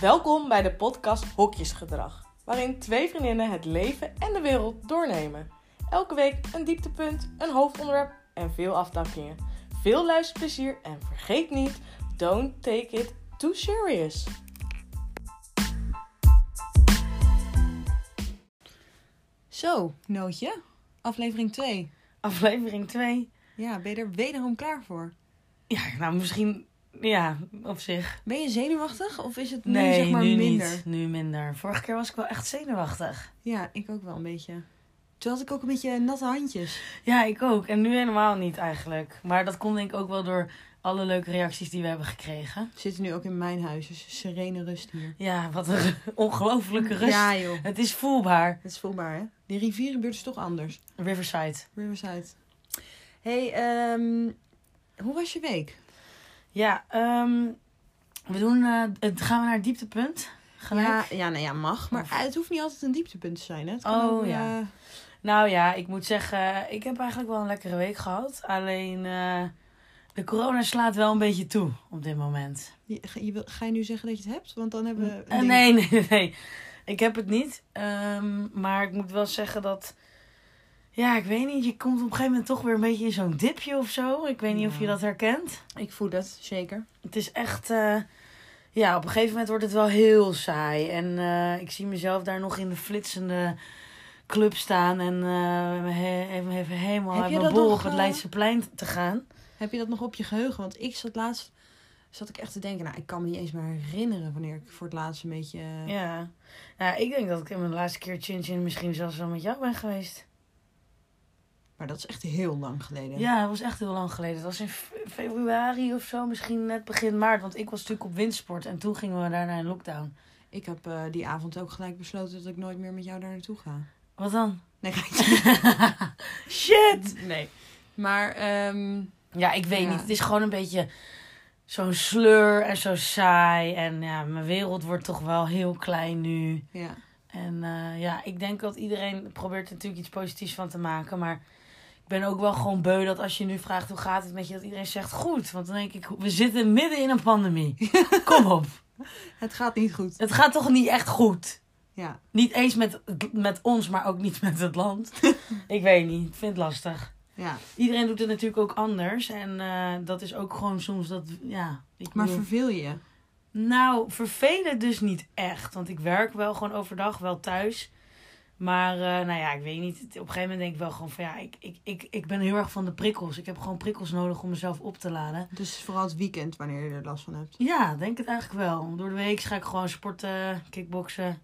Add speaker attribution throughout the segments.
Speaker 1: Welkom bij de podcast Hokjesgedrag, waarin twee vriendinnen het leven en de wereld doornemen. Elke week een dieptepunt, een hoofdonderwerp en veel afdakkingen. Veel luisterplezier en vergeet niet, don't take it too serious.
Speaker 2: Zo, Nootje. Aflevering 2.
Speaker 1: Aflevering 2.
Speaker 2: Ja, ben je er wederom klaar voor?
Speaker 1: Ja, nou misschien, ja, op zich.
Speaker 2: Ben je zenuwachtig of is het nu zeg maar minder?
Speaker 1: Nu minder. Vorige keer was ik wel echt zenuwachtig.
Speaker 2: Ja, ik ook wel een beetje. Toen had ik ook een beetje natte handjes.
Speaker 1: Ja, ik ook. En nu helemaal niet eigenlijk. Maar dat komt denk ik ook wel door alle leuke reacties die we hebben gekregen.
Speaker 2: We zitten nu ook in mijn huis, dus serene rust hier.
Speaker 1: Ja, wat een ongelofelijke rust.
Speaker 2: Ja joh,
Speaker 1: Het is voelbaar.
Speaker 2: het is voelbaar hè. Die rivierenbuurt is toch anders.
Speaker 1: Riverside.
Speaker 2: Riverside. hey, ehm, hoe was je week?
Speaker 1: Ja, ehm, we doen, eh, het, gaan we naar het dieptepunt. Gelijk.
Speaker 2: Ja, ja, nou ja, mag. Maar
Speaker 1: Of-
Speaker 2: het hoeft niet altijd een dieptepunt te zijn hè. Het
Speaker 1: Oh,
Speaker 2: ook,
Speaker 1: ja.
Speaker 2: eh,
Speaker 1: Nou ja, ik moet zeggen, ik heb eigenlijk wel een lekkere week gehad. Alleen eh, de corona slaat wel een beetje toe op dit moment.
Speaker 2: je, ga- je wil- ga je nu zeggen dat je het hebt? Want dan hebben we... een
Speaker 1: Eh,
Speaker 2: ding.
Speaker 1: nee, nee, nee. Ik heb het niet. Ehm, maar ik moet wel zeggen dat. Ja, ik weet niet. Je komt op een gegeven moment toch weer een beetje in zo'n dipje of zo. Ik weet niet of je
Speaker 2: Ja.
Speaker 1: dat herkent.
Speaker 2: Ik voel dat, zeker.
Speaker 1: Het is echt. eh, ja, op een gegeven moment wordt het wel heel saai. En eh, ik zie mezelf daar nog in de flitsende club staan. En eh, he- even, even helemaal
Speaker 2: Heb
Speaker 1: uit
Speaker 2: je
Speaker 1: mijn
Speaker 2: dat
Speaker 1: bol
Speaker 2: nog,
Speaker 1: op het
Speaker 2: eh,
Speaker 1: Leidseplein te gaan.
Speaker 2: Heb je dat nog op je geheugen? Want ik zat laatst zat ik echt te denken, nou, ik kan me niet eens meer herinneren wanneer ik voor het laatst een beetje. eh,
Speaker 1: Ja. Nou, ik denk dat ik in mijn laatste keer Chin Chin misschien zelfs wel met jou ben geweest.
Speaker 2: Maar dat is echt heel lang geleden.
Speaker 1: Ja, dat was echt heel lang geleden. Dat was in fe- februari of zo, misschien net begin maart. Want ik was natuurlijk op windsport en toen gingen we daarna in lockdown.
Speaker 2: Ik heb eh, die avond ook gelijk besloten dat ik nooit meer met jou daar naartoe ga.
Speaker 1: Wat dan?
Speaker 2: Nee, ga
Speaker 1: Shit!
Speaker 2: Nee. Maar ehm,
Speaker 1: Ja, ik weet
Speaker 2: Ja.
Speaker 1: niet. Het is gewoon een beetje zo'n sleur en zo saai. En ja, mijn wereld wordt toch wel heel klein nu.
Speaker 2: ja.
Speaker 1: En eh, ja, ik denk dat iedereen probeert er natuurlijk iets positiefs van te maken. Maar ik ben ook wel gewoon beu dat als je nu vraagt hoe gaat het met je, dat iedereen zegt goed. Want dan denk ik, we zitten midden in een pandemie. Kom op.
Speaker 2: Het gaat niet goed.
Speaker 1: Het gaat toch niet echt goed?
Speaker 2: Ja.
Speaker 1: Niet eens met, met ons, maar ook niet met het land. ik weet niet. Ik vind het lastig
Speaker 2: ja.
Speaker 1: iedereen doet het natuurlijk ook anders. En eh, dat is ook gewoon soms dat, ja. Ik
Speaker 2: Maar
Speaker 1: bedoel-
Speaker 2: verveel je? je?
Speaker 1: Nou, vervelen dus niet echt. Want ik werk wel gewoon overdag, wel thuis. Maar eh, nou ja, ik weet niet. Op een gegeven moment denk ik wel gewoon van ja, ik, ik, ik, ik ben heel erg van de prikkels. Ik heb gewoon prikkels nodig om mezelf op te laden.
Speaker 2: Dus vooral het weekend wanneer je er last van hebt.
Speaker 1: Ja, denk het eigenlijk wel. Door de week ga ik gewoon sporten, kickboksen.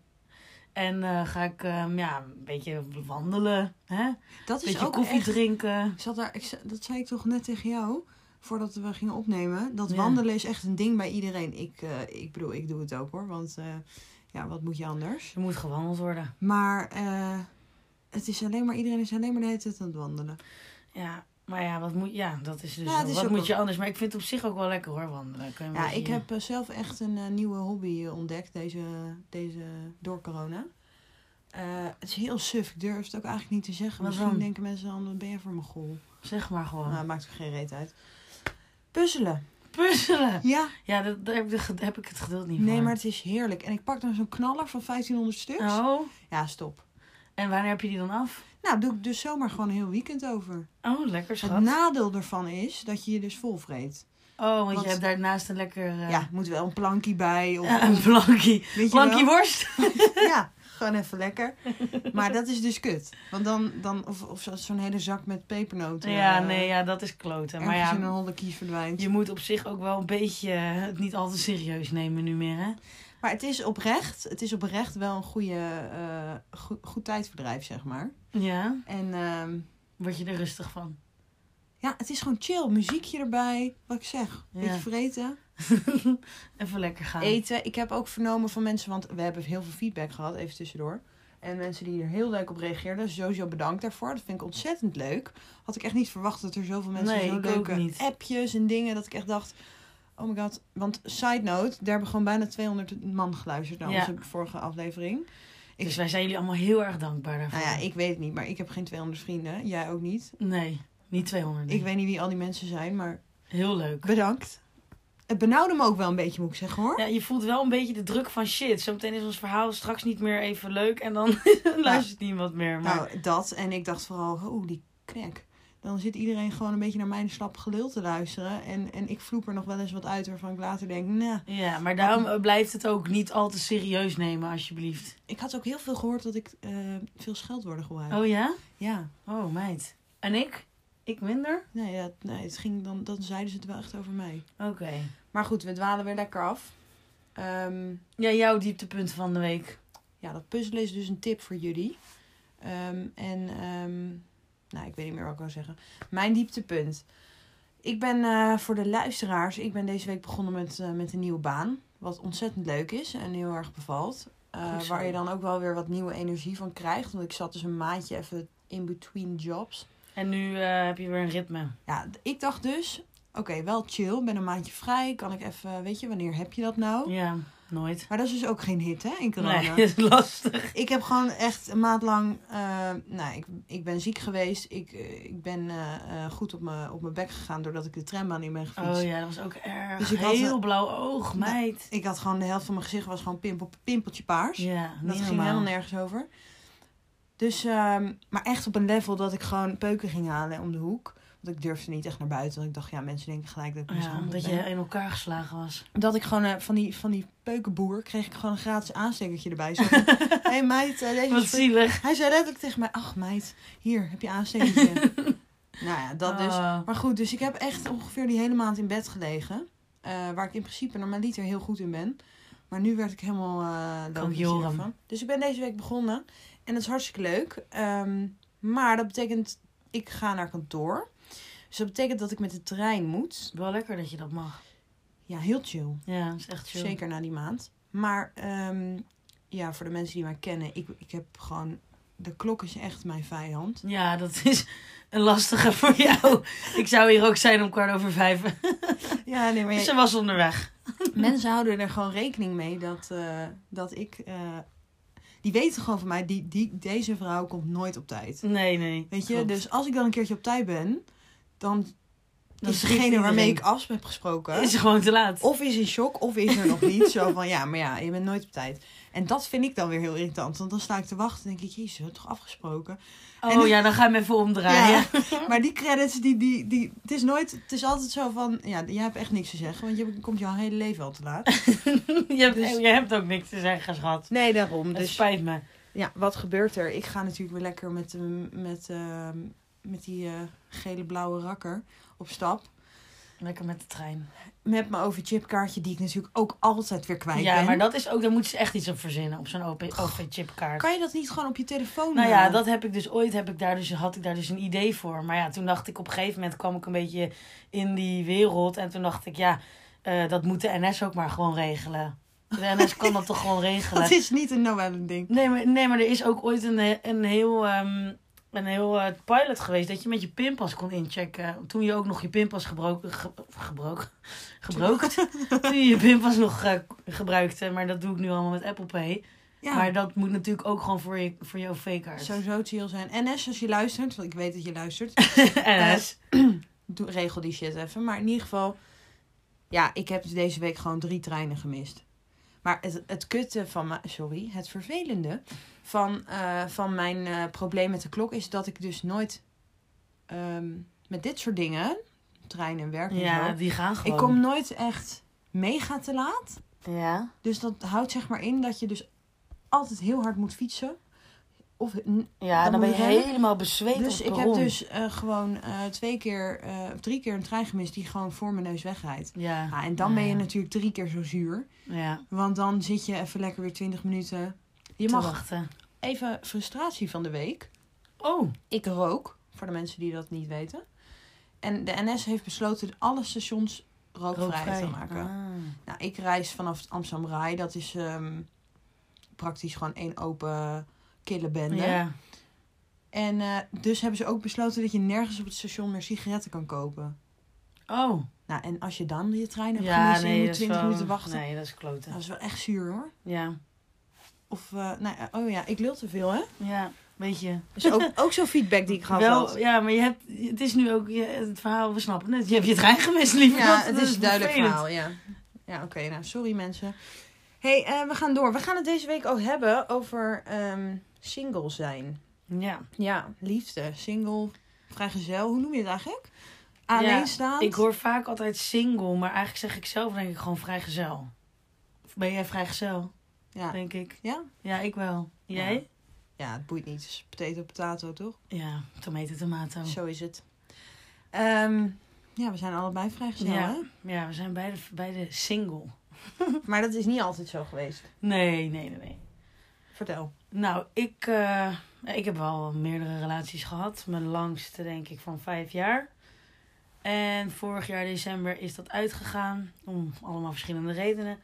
Speaker 1: En eh, ga ik ehm, ja, een beetje wandelen. Hè? Een
Speaker 2: Dat is
Speaker 1: beetje
Speaker 2: ook
Speaker 1: koffie
Speaker 2: echt-
Speaker 1: drinken.
Speaker 2: Ik zat daar, ik, ze- dat zei ik toch net tegen jou, voordat we gingen opnemen. Dat
Speaker 1: Ja.
Speaker 2: wandelen is echt een ding bij iedereen. Ik, eh, ik bedoel, ik doe het ook hoor, want eh, ja, wat moet je anders?
Speaker 1: Er moet gewandeld worden.
Speaker 2: Maar eh, het is alleen maar, iedereen is alleen maar de hele tijd aan het wandelen.
Speaker 1: Ja, maar ja, wat moet, ja dat is dus
Speaker 2: Ja, het is
Speaker 1: wat
Speaker 2: ook
Speaker 1: moet
Speaker 2: wel-
Speaker 1: je anders. Maar ik vind het op zich ook wel lekker hoor, wandelen. Kun je een
Speaker 2: Ja,
Speaker 1: beetje-
Speaker 2: ik heb eh, zelf echt een eh, nieuwe hobby eh, ontdekt deze, deze, door corona. Eh, het is heel suf, ik durf het ook eigenlijk niet te zeggen.
Speaker 1: Wat
Speaker 2: Misschien
Speaker 1: dan?
Speaker 2: denken mensen dan, wat ben je voor mijn gol?
Speaker 1: Zeg maar gewoon.
Speaker 2: Nou, maakt ook geen reet uit. Puzzelen.
Speaker 1: Puzzelen!
Speaker 2: Ja,
Speaker 1: Ja, dat, daar heb ik, de ge- heb ik het geduld niet
Speaker 2: Nee,
Speaker 1: voor.
Speaker 2: maar het is heerlijk. En ik pak dan zo'n knaller van 1500 stuks.
Speaker 1: Oh,
Speaker 2: Ja, stop.
Speaker 1: en wanneer heb je die dan af?
Speaker 2: Nou, doe ik dus zomaar gewoon een heel weekend over.
Speaker 1: Oh, lekker
Speaker 2: Het
Speaker 1: schat.
Speaker 2: nadeel daarvan is dat je je dus vol vreet.
Speaker 1: Oh, want
Speaker 2: want-
Speaker 1: je hebt daarnaast een lekker... eh,
Speaker 2: Ja, moet wel een plankie bij. Of,
Speaker 1: ja, een plankie.
Speaker 2: weet je
Speaker 1: Plankie
Speaker 2: wel?
Speaker 1: worst.
Speaker 2: Ja, gewoon even lekker. Maar dat is dus kut. Want dan, dan of, of zo- zo'n hele zak met pepernoten.
Speaker 1: Ja,
Speaker 2: eh,
Speaker 1: nee, ja, dat is kloten. Maar
Speaker 2: ergens in een
Speaker 1: ja,
Speaker 2: holle kies verdwijnt.
Speaker 1: je moet op zich ook wel een beetje eh, het niet al te serieus nemen nu meer, hè?
Speaker 2: Maar het is oprecht, het is oprecht wel een goede, eh, goed, goed tijdverdrijf, zeg maar.
Speaker 1: Ja,
Speaker 2: En ehm,
Speaker 1: word je er rustig van.
Speaker 2: ja, het is gewoon chill. Muziekje erbij, wat ik zeg.
Speaker 1: Ja. Ah.
Speaker 2: Beetje vreten.
Speaker 1: Even lekker gaan.
Speaker 2: eten. Ik heb ook vernomen van mensen, want we hebben heel veel feedback gehad, even tussendoor. En mensen die er heel leuk op reageerden. Sowieso bedankt daarvoor. Dat vind ik ontzettend leuk. Had ik echt niet verwacht dat er zoveel mensen
Speaker 1: Nee,
Speaker 2: zo
Speaker 1: ik ook
Speaker 2: leuke
Speaker 1: niet.
Speaker 2: appjes en dingen. Dat ik echt dacht, oh my god. Want side note, daar hebben gewoon bijna 200 man geluisterd naar
Speaker 1: Ja.
Speaker 2: onze vorige aflevering. Ik,
Speaker 1: Dus wij zijn jullie allemaal heel erg dankbaar daarvoor.
Speaker 2: nou ja, ik weet het niet, maar ik heb geen 200 vrienden. Jij ook niet.
Speaker 1: Nee, niet 200.
Speaker 2: Ik weet niet wie al die mensen zijn, maar
Speaker 1: Heel leuk.
Speaker 2: bedankt. Het benauwde me ook wel een beetje, moet ik zeggen hoor.
Speaker 1: Ja, je voelt wel een beetje de druk van shit. Zometeen is ons verhaal straks niet meer even leuk en dan luistert niemand meer. Maar
Speaker 2: Nou, dat. En ik dacht vooral, holy crack. Dan zit iedereen gewoon een beetje naar mijn slap gelul te luisteren. En, en ik vloep er nog wel eens wat uit waarvan ik later denk, nou...
Speaker 1: ja, maar daarom eh, blijft het ook niet al te serieus nemen, alsjeblieft.
Speaker 2: Ik had ook heel veel gehoord dat ik eh, veel scheldwoorden gebruik.
Speaker 1: Oh ja?
Speaker 2: Ja.
Speaker 1: Oh, meid. En ik? Ik minder?
Speaker 2: Nee, ja, nee het ging dan, dan zeiden ze het wel echt over mij.
Speaker 1: Oké.
Speaker 2: Maar goed, we dwalen weer lekker af. Ehm,
Speaker 1: Ja, jouw dieptepunt van de week.
Speaker 2: ja, dat puzzelen is dus een tip voor jullie. Ehm, en, ehm, nou, ik weet niet meer wat ik wil zeggen. Mijn dieptepunt. Ik ben eh, voor de luisteraars, ik ben deze week begonnen met, eh, met een nieuwe baan. Wat ontzettend leuk is en heel erg bevalt. Eh,
Speaker 1: Goed zo.
Speaker 2: waar je dan ook wel weer wat nieuwe energie van krijgt. Want ik zat dus een maandje even in between jobs.
Speaker 1: En nu eh, heb je weer een ritme.
Speaker 2: Ja, d- ik dacht dus, oké, wel chill, ben een maandje vrij, kan ik even, weet je, wanneer heb je dat nou?
Speaker 1: Ja, nooit.
Speaker 2: Maar dat is dus ook geen hit, hè, in corona.
Speaker 1: Nee, dat is lastig.
Speaker 2: Ik heb gewoon echt een maand lang, eh, nou, ik, ik ben ziek geweest, ik, eh, ik ben eh, eh, goed op mijn op mijn bek gegaan doordat ik de trambaan in ben gefietst.
Speaker 1: Oh ja, dat was ook erg.
Speaker 2: Dus ik had
Speaker 1: Heel
Speaker 2: een-
Speaker 1: blauw oog,
Speaker 2: Nou,
Speaker 1: meid.
Speaker 2: Ik had gewoon, de helft van mijn gezicht was gewoon pimpel, pimpeltje paars.
Speaker 1: Ja, niet
Speaker 2: dat ging
Speaker 1: normaal.
Speaker 2: helemaal nergens over. Dus, ehm, maar echt op een level dat ik gewoon peuken ging halen om de hoek. Want ik durfde niet echt naar buiten, want ik dacht, ja, mensen denken gelijk dat ik
Speaker 1: Ja,
Speaker 2: mishandeld
Speaker 1: omdat
Speaker 2: ben.
Speaker 1: je in elkaar geslagen was.
Speaker 2: dat ik gewoon eh, van, die, van die peukenboer kreeg ik gewoon een gratis aanstekertje erbij. Zo van, hey meid, eh, deze
Speaker 1: Wat
Speaker 2: is voor-
Speaker 1: zielig.
Speaker 2: Hij zei letterlijk tegen mij, ach meid, hier heb je aanstekertje. nou ja, dat dus.
Speaker 1: Oh.
Speaker 2: Maar goed, dus ik heb echt ongeveer die hele maand in bed gelegen. Eh, waar ik in principe normaliter heel goed in ben. Maar nu werd ik helemaal eh
Speaker 1: Kan ik
Speaker 2: logisch
Speaker 1: je horen.
Speaker 2: hiervan. Dus ik ben deze week begonnen. En dat is hartstikke leuk. Ehm, maar dat betekent, ik ga naar kantoor. Dus dat betekent dat ik met de trein moet.
Speaker 1: Wel lekker dat je dat mag.
Speaker 2: Ja, heel chill.
Speaker 1: Ja, dat is echt chill.
Speaker 2: Zeker na die maand. Maar ehm, ja, voor de mensen die mij kennen, ik, ik heb gewoon. De klok is echt mijn vijand.
Speaker 1: Ja, dat is een lastige voor jou. Ik zou hier ook zijn om kwart over vijf.
Speaker 2: Ja, nee, maar
Speaker 1: Ze was onderweg.
Speaker 2: mensen houden er gewoon rekening mee dat, eh, dat ik. eh, die weten gewoon van mij, die, die, deze vrouw komt nooit op tijd.
Speaker 1: Nee, nee.
Speaker 2: Weet je,
Speaker 1: Klopt.
Speaker 2: dus als ik dan een keertje op tijd ben, dan
Speaker 1: Dan
Speaker 2: is
Speaker 1: schrikt
Speaker 2: degene waarmee ik
Speaker 1: iedereen.
Speaker 2: af heb gesproken.
Speaker 1: Is ze gewoon te laat.
Speaker 2: Of is in shock, of is er nog niet. Zo van, ja, maar ja, je bent nooit op tijd. En dat vind ik dan weer heel irritant. Want dan sta ik te wachten en denk ik, jezus, we hebben toch afgesproken?
Speaker 1: Oh
Speaker 2: en-
Speaker 1: ja, dan ga je hem even omdraaien.
Speaker 2: Maar die credits, die, die, die, het is nooit, het is altijd zo van, ja, jij hebt echt niks te zeggen, want je komt jouw hele leven al te laat.
Speaker 1: Je, hebt,
Speaker 2: Dus-
Speaker 1: je hebt ook niks te zeggen, schat.
Speaker 2: Nee, daarom.
Speaker 1: Het spijt me.
Speaker 2: ja, wat gebeurt er? Ik ga natuurlijk weer lekker met, de- met, ehm, met die eh, gele-blauwe rakker op stap.
Speaker 1: Lekker met de trein.
Speaker 2: Met mijn overchipkaartje, die ik natuurlijk ook altijd weer kwijt
Speaker 1: ja,
Speaker 2: ben.
Speaker 1: maar dat is ook, daar moeten ze echt iets op verzinnen. Op zo'n OV-chipkaart.
Speaker 2: Kan je dat niet gewoon op je telefoon
Speaker 1: Nou ja,
Speaker 2: eh,
Speaker 1: dat heb ik dus ooit, heb ik daar dus, had ik daar dus een idee voor. Maar ja, toen dacht ik op een gegeven moment kwam ik een beetje in die wereld. En toen dacht ik, ja, eh, dat moet de NS ook maar gewoon regelen. De NS kan dat toch gewoon regelen?
Speaker 2: Dat is niet een Noël ding.
Speaker 1: Nee maar, nee, maar er is ook ooit een, he- een heel, ehm, een heel eh, pilot geweest dat je met je pinpas kon inchecken. Toen je ook nog je pinpas gebroken... Ge, gebroken? Gebroken? toen je je pinpas nog eh, gebruikte. Maar dat doe ik nu allemaal met Apple Pay.
Speaker 2: Ja.
Speaker 1: Maar dat moet natuurlijk ook gewoon voor je, voor je OV-kaart.
Speaker 2: Zou zo chill zijn. NS, als je luistert, want ik weet dat je luistert.
Speaker 1: NS.
Speaker 2: Doe- regel die shit even. Maar in ieder geval, ja, ik heb dus deze week gewoon drie treinen gemist. Maar het, het kutte van mijn, sorry, het vervelende van, eh, van mijn eh, probleem met de klok is dat ik dus nooit ehm, met dit soort dingen, treinen en werk en
Speaker 1: Ja,
Speaker 2: zo,
Speaker 1: die gaan gewoon.
Speaker 2: ik kom nooit echt mega te laat.
Speaker 1: Ja.
Speaker 2: Dus dat houdt zeg maar in dat je dus altijd heel hard moet fietsen. Of
Speaker 1: Ja, dan,
Speaker 2: Dan
Speaker 1: ben je
Speaker 2: moet je rennen.
Speaker 1: helemaal bezweet
Speaker 2: dus ik
Speaker 1: op
Speaker 2: heb
Speaker 1: het perron.
Speaker 2: dus eh, gewoon eh, twee keer, eh, of drie keer een trein gemist die gewoon voor mijn neus wegrijdt.
Speaker 1: Ja.
Speaker 2: Ja, en dan ben je
Speaker 1: Ja.
Speaker 2: natuurlijk drie keer zo zuur.
Speaker 1: ja.
Speaker 2: Want dan zit je even lekker weer twintig minuten. Je
Speaker 1: Te
Speaker 2: mag
Speaker 1: wachten.
Speaker 2: even frustratie van de week.
Speaker 1: Oh.
Speaker 2: Ik rook, voor de mensen die dat niet weten. En de NS heeft besloten alle stations rookvrij, te maken.
Speaker 1: Ah.
Speaker 2: Nou, ik reis vanaf Amsterdam Rai. Dat is ehm, praktisch gewoon één open kille bende.
Speaker 1: Ja.
Speaker 2: En eh, dus hebben ze ook besloten dat je nergens op het station meer sigaretten kan kopen.
Speaker 1: Oh.
Speaker 2: Nou, en als je dan je trein hebt
Speaker 1: Ja,
Speaker 2: gemist en
Speaker 1: nee,
Speaker 2: je
Speaker 1: dat
Speaker 2: moet
Speaker 1: is
Speaker 2: 20
Speaker 1: wel-
Speaker 2: minuten wachten. Oh.
Speaker 1: Nee, dat is kloten.
Speaker 2: Dat is wel echt zuur hoor.
Speaker 1: Ja.
Speaker 2: Of, eh, nou, eh, oh ja, ik lul te veel hè.
Speaker 1: Ja. Weet je.
Speaker 2: Dus ook, ook zo'n feedback die ik gehad had.
Speaker 1: Wel, ja, maar je hebt, het is nu ook je- het verhaal, we snappen het. Je hebt je trein gemist, liever.
Speaker 2: Ja,
Speaker 1: dat,
Speaker 2: het
Speaker 1: dat
Speaker 2: is een duidelijk
Speaker 1: vervelend.
Speaker 2: verhaal, ja. Ja, oké, nou, sorry mensen. hey, eh, we gaan door. We gaan het deze week ook hebben over ehm, single zijn.
Speaker 1: Ja.
Speaker 2: Ja, liefde, single, vrijgezel, hoe noem je het eigenlijk? Alleenstaand?
Speaker 1: Ik hoor vaak altijd single, maar eigenlijk zeg ik zelf denk ik gewoon vrijgezel. Of Ben jij vrijgezel,
Speaker 2: Ja.
Speaker 1: denk ik.
Speaker 2: Ja?
Speaker 1: Ja, ik wel. Jij?
Speaker 2: ja, het boeit niet. Het is potato, potato, toch?
Speaker 1: Ja, tomaten, tomato.
Speaker 2: Zo is het. Ehm, ja, we zijn allebei vrijgezel,
Speaker 1: Ja.
Speaker 2: hè?
Speaker 1: Ja, we zijn beide, beide single.
Speaker 2: Maar dat is niet altijd zo geweest.
Speaker 1: Nee, nee, nee, nee.
Speaker 2: Vertel.
Speaker 1: Nou, ik, eh, ik heb wel meerdere relaties gehad. Mijn langste, denk ik, van vijf jaar. En vorig jaar december is dat uitgegaan. Om allemaal verschillende redenen.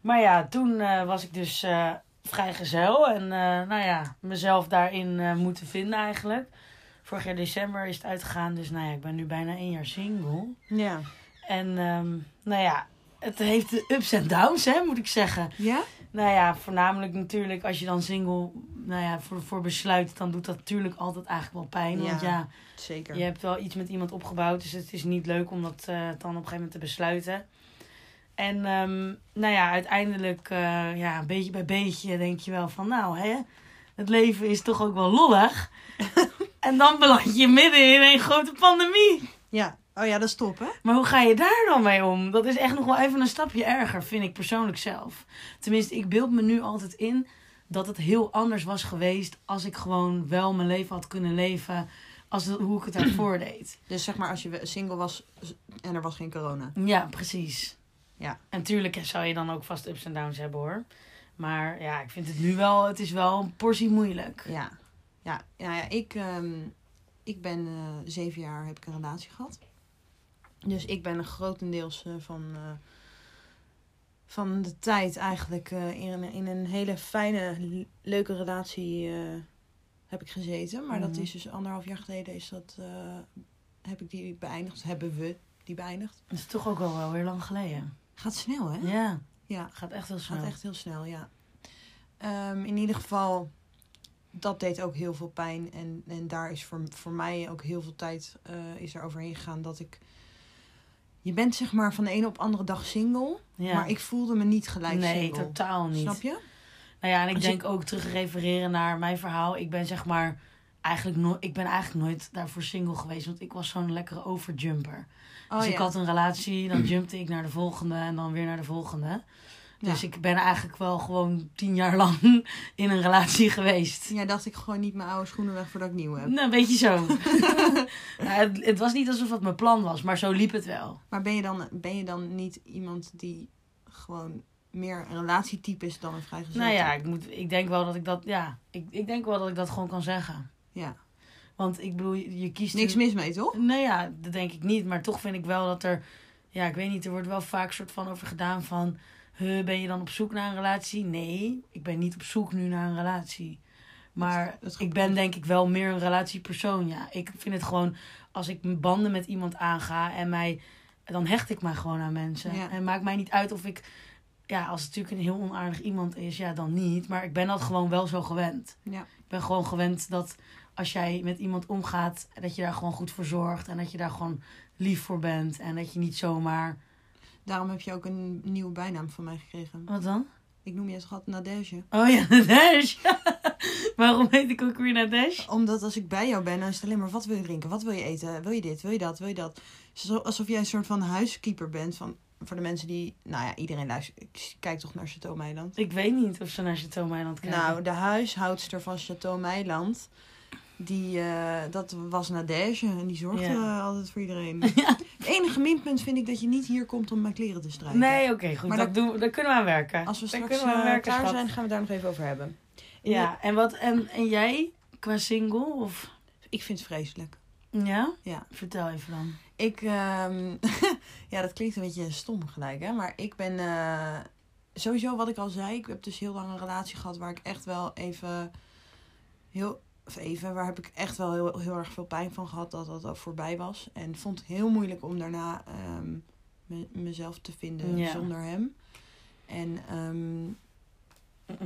Speaker 1: Maar ja, toen eh, was ik dus eh, vrijgezel. En eh, nou ja, mezelf daarin eh, moeten vinden eigenlijk. Vorig jaar december is het uitgegaan. Dus nou ja, ik ben nu bijna één jaar single.
Speaker 2: Ja.
Speaker 1: En ehm, nou ja, het heeft de ups en downs, hè, moet ik zeggen.
Speaker 2: Ja?
Speaker 1: Nou ja, voornamelijk natuurlijk als je dan single nou ja, voor, voor besluit, dan doet dat natuurlijk altijd eigenlijk wel pijn. Want
Speaker 2: Ja,
Speaker 1: ja,
Speaker 2: Zeker.
Speaker 1: je hebt wel iets met iemand opgebouwd, dus het is niet leuk om dat eh, dan op een gegeven moment te besluiten. En ehm, nou ja, uiteindelijk, eh, ja, beetje bij beetje denk je wel van, nou hè, het leven is toch ook wel lollig. en dan beland je midden in een grote pandemie.
Speaker 2: Ja. Oh ja, dat is top, hè?
Speaker 1: Maar hoe ga je daar dan mee om? Dat is echt nog wel even een stapje erger, vind ik persoonlijk zelf. Tenminste, ik beeld me nu altijd in dat het heel anders was geweest als ik gewoon wel mijn leven had kunnen leven. Als het- hoe ik het daarvoor deed.
Speaker 2: Dus zeg maar, als je we- single was en er was geen corona.
Speaker 1: Ja, precies.
Speaker 2: Ja.
Speaker 1: En tuurlijk zou je dan ook vast ups en downs hebben hoor. Maar ja, ik vind het nu wel, het is wel een portie moeilijk.
Speaker 2: Ja. Ja, ja, ja ik, ehm, ik ben eh, zeven jaar heb ik een relatie gehad. Dus ik ben grotendeels eh, van, eh, van de tijd eigenlijk eh, in, een- in een hele fijne, le- leuke relatie eh, heb ik gezeten. Maar dat
Speaker 1: Mhm.
Speaker 2: is dus anderhalf jaar geleden is dat, eh, heb ik die beëindigd. Hebben we die beëindigd.
Speaker 1: Dat is toch ook wel, wel weer lang geleden.
Speaker 2: Gaat snel, hè?
Speaker 1: Ja,
Speaker 2: ja.
Speaker 1: gaat echt heel snel.
Speaker 2: gaat echt heel snel, ja. Ehm, in ieder geval, dat deed ook heel veel pijn. En, en daar is voor, voor mij ook heel veel tijd eh, is er overheen gegaan dat ik... Je bent zeg maar van de ene op de andere dag single,
Speaker 1: ja.
Speaker 2: maar ik voelde me niet gelijk
Speaker 1: nee,
Speaker 2: single.
Speaker 1: totaal niet.
Speaker 2: Snap je?
Speaker 1: Nou ja, en ik
Speaker 2: Als je-
Speaker 1: denk ook terug refereren naar mijn verhaal. Ik ben zeg maar eigenlijk nooit, ik ben eigenlijk nooit daarvoor single geweest, want ik was zo'n lekkere overjumper.
Speaker 2: Oh,
Speaker 1: dus ik
Speaker 2: ja.
Speaker 1: had een relatie, dan jumpte ik naar de volgende en dan weer naar de volgende. Dus ik ben eigenlijk wel gewoon tien jaar lang in een relatie geweest.
Speaker 2: Jij dacht ik gooi niet mijn oude schoenen weg voordat ik nieuw heb.
Speaker 1: Nou, een beetje zo. Nou, het, het was niet alsof dat mijn plan was, maar zo liep het wel.
Speaker 2: Maar ben je, dan, ben je dan niet iemand die gewoon meer een relatietype is dan een vrijgezel?
Speaker 1: Nou ja,
Speaker 2: type?
Speaker 1: ik, moet, ik denk wel dat ik dat, ja, ik, ik denk wel dat ik dat gewoon kan zeggen.
Speaker 2: ja.
Speaker 1: Want ik bedoel, je je kiest...
Speaker 2: Niks mis mee, toch?
Speaker 1: Nee, ja, dat denk ik niet. Maar toch vind ik wel dat er... Ja, ik weet niet, er wordt wel vaak soort van over gedaan van... "Huh, ben je dan op zoek naar een relatie? Nee, ik ben niet op zoek nu naar een relatie. Maar
Speaker 2: Dat- dat
Speaker 1: ik
Speaker 2: gebeurt.
Speaker 1: ben denk ik wel meer een relatiepersoon, ja. Ik vind het gewoon, als ik mijn banden met iemand aanga en mij... Dan hecht ik mij gewoon aan mensen.
Speaker 2: Ja.
Speaker 1: En maakt mij niet uit of ik... Ja, als het natuurlijk een heel onaardig iemand is, ja, dan niet. Maar ik ben dat gewoon wel zo gewend.
Speaker 2: Ja.
Speaker 1: Ik ben gewoon gewend dat als jij met iemand omgaat, dat je daar gewoon goed voor zorgt. En dat je daar gewoon lief voor bent. En dat je niet zomaar.
Speaker 2: Daarom heb je ook een nieuwe bijnaam van mij gekregen.
Speaker 1: Wat dan?
Speaker 2: Ik noem je schat Nadege.
Speaker 1: Oh ja, Nadesh. Waarom heet ik ook weer Nadesh?
Speaker 2: Omdat als ik bij jou ben, dan is het alleen maar wat wil je drinken, wat wil je eten, wil je dit, wil je dat, wil je dat. Zo- Alsof jij een soort van huiskeeper bent van, voor de mensen die, nou ja, iedereen luistert, ik kijk toch naar Chateau Meiland.
Speaker 1: Ik weet niet of ze naar Chateau Meiland kijken.
Speaker 2: Nou, de huishoudster van Chateau Meiland, die, eh, dat was Nadege en die zorgde
Speaker 1: Ja.
Speaker 2: eh, altijd voor iedereen. Het enige minpunt vind ik dat je niet hier komt om mijn kleren te strijken.
Speaker 1: nee, oké, goed.
Speaker 2: Maar
Speaker 1: dat
Speaker 2: dat-
Speaker 1: doen, we- daar kunnen we aan werken.
Speaker 2: Als we
Speaker 1: Daar
Speaker 2: straks
Speaker 1: kunnen we aan
Speaker 2: eh,
Speaker 1: werken,
Speaker 2: klaar
Speaker 1: schat.
Speaker 2: zijn, gaan we daar nog even over hebben. In de-
Speaker 1: Ja, en, wat, en, en jij qua single? Of...
Speaker 2: Ik vind het vreselijk.
Speaker 1: Ja?
Speaker 2: Ja.
Speaker 1: Vertel even dan.
Speaker 2: Ik, ehm, ja, dat klinkt een beetje stom gelijk, hè? Maar ik ben eh, sowieso wat ik al zei. Ik heb dus heel lang een relatie gehad waar ik echt wel even heel of even waar heb ik echt wel heel, heel erg veel pijn van gehad dat dat al voorbij was en vond het heel moeilijk om daarna ehm, me- mezelf te vinden
Speaker 1: Ja.
Speaker 2: zonder hem. En ehm,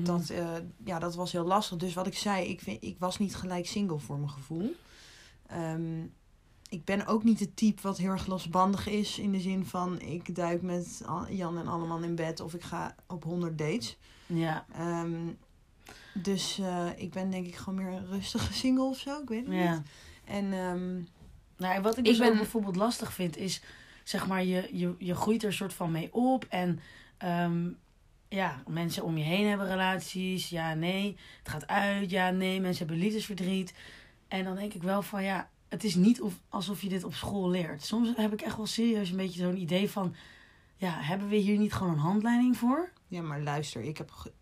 Speaker 2: Dat, eh, ja, dat was heel lastig. Dus wat ik zei, ik, vind, ik was niet gelijk single voor mijn gevoel. Ehm, ik ben ook niet het type wat heel erg losbandig is. In de zin van, ik duik met al- Jan en Alleman in bed. Of ik ga op 100 dates.
Speaker 1: Ja.
Speaker 2: Ehm, dus eh, ik ben denk ik gewoon meer een rustige single of zo. Ik weet het
Speaker 1: ja.
Speaker 2: niet. En ehm,
Speaker 1: Nou, en wat ik
Speaker 2: Ik
Speaker 1: dus ook
Speaker 2: ben-
Speaker 1: bijvoorbeeld lastig vind, is zeg maar, je, je, je groeit er soort van mee op. En ehm, ja, mensen om je heen hebben relaties. Ja, nee. Het gaat uit. Ja, nee. Mensen hebben liefdesverdriet. En dan denk ik wel van ja, het is niet of, alsof je dit op school leert. Soms heb ik echt wel serieus een beetje zo'n idee van. Ja, hebben we hier niet gewoon een handleiding voor?
Speaker 2: ja, maar luister, ik heb ge-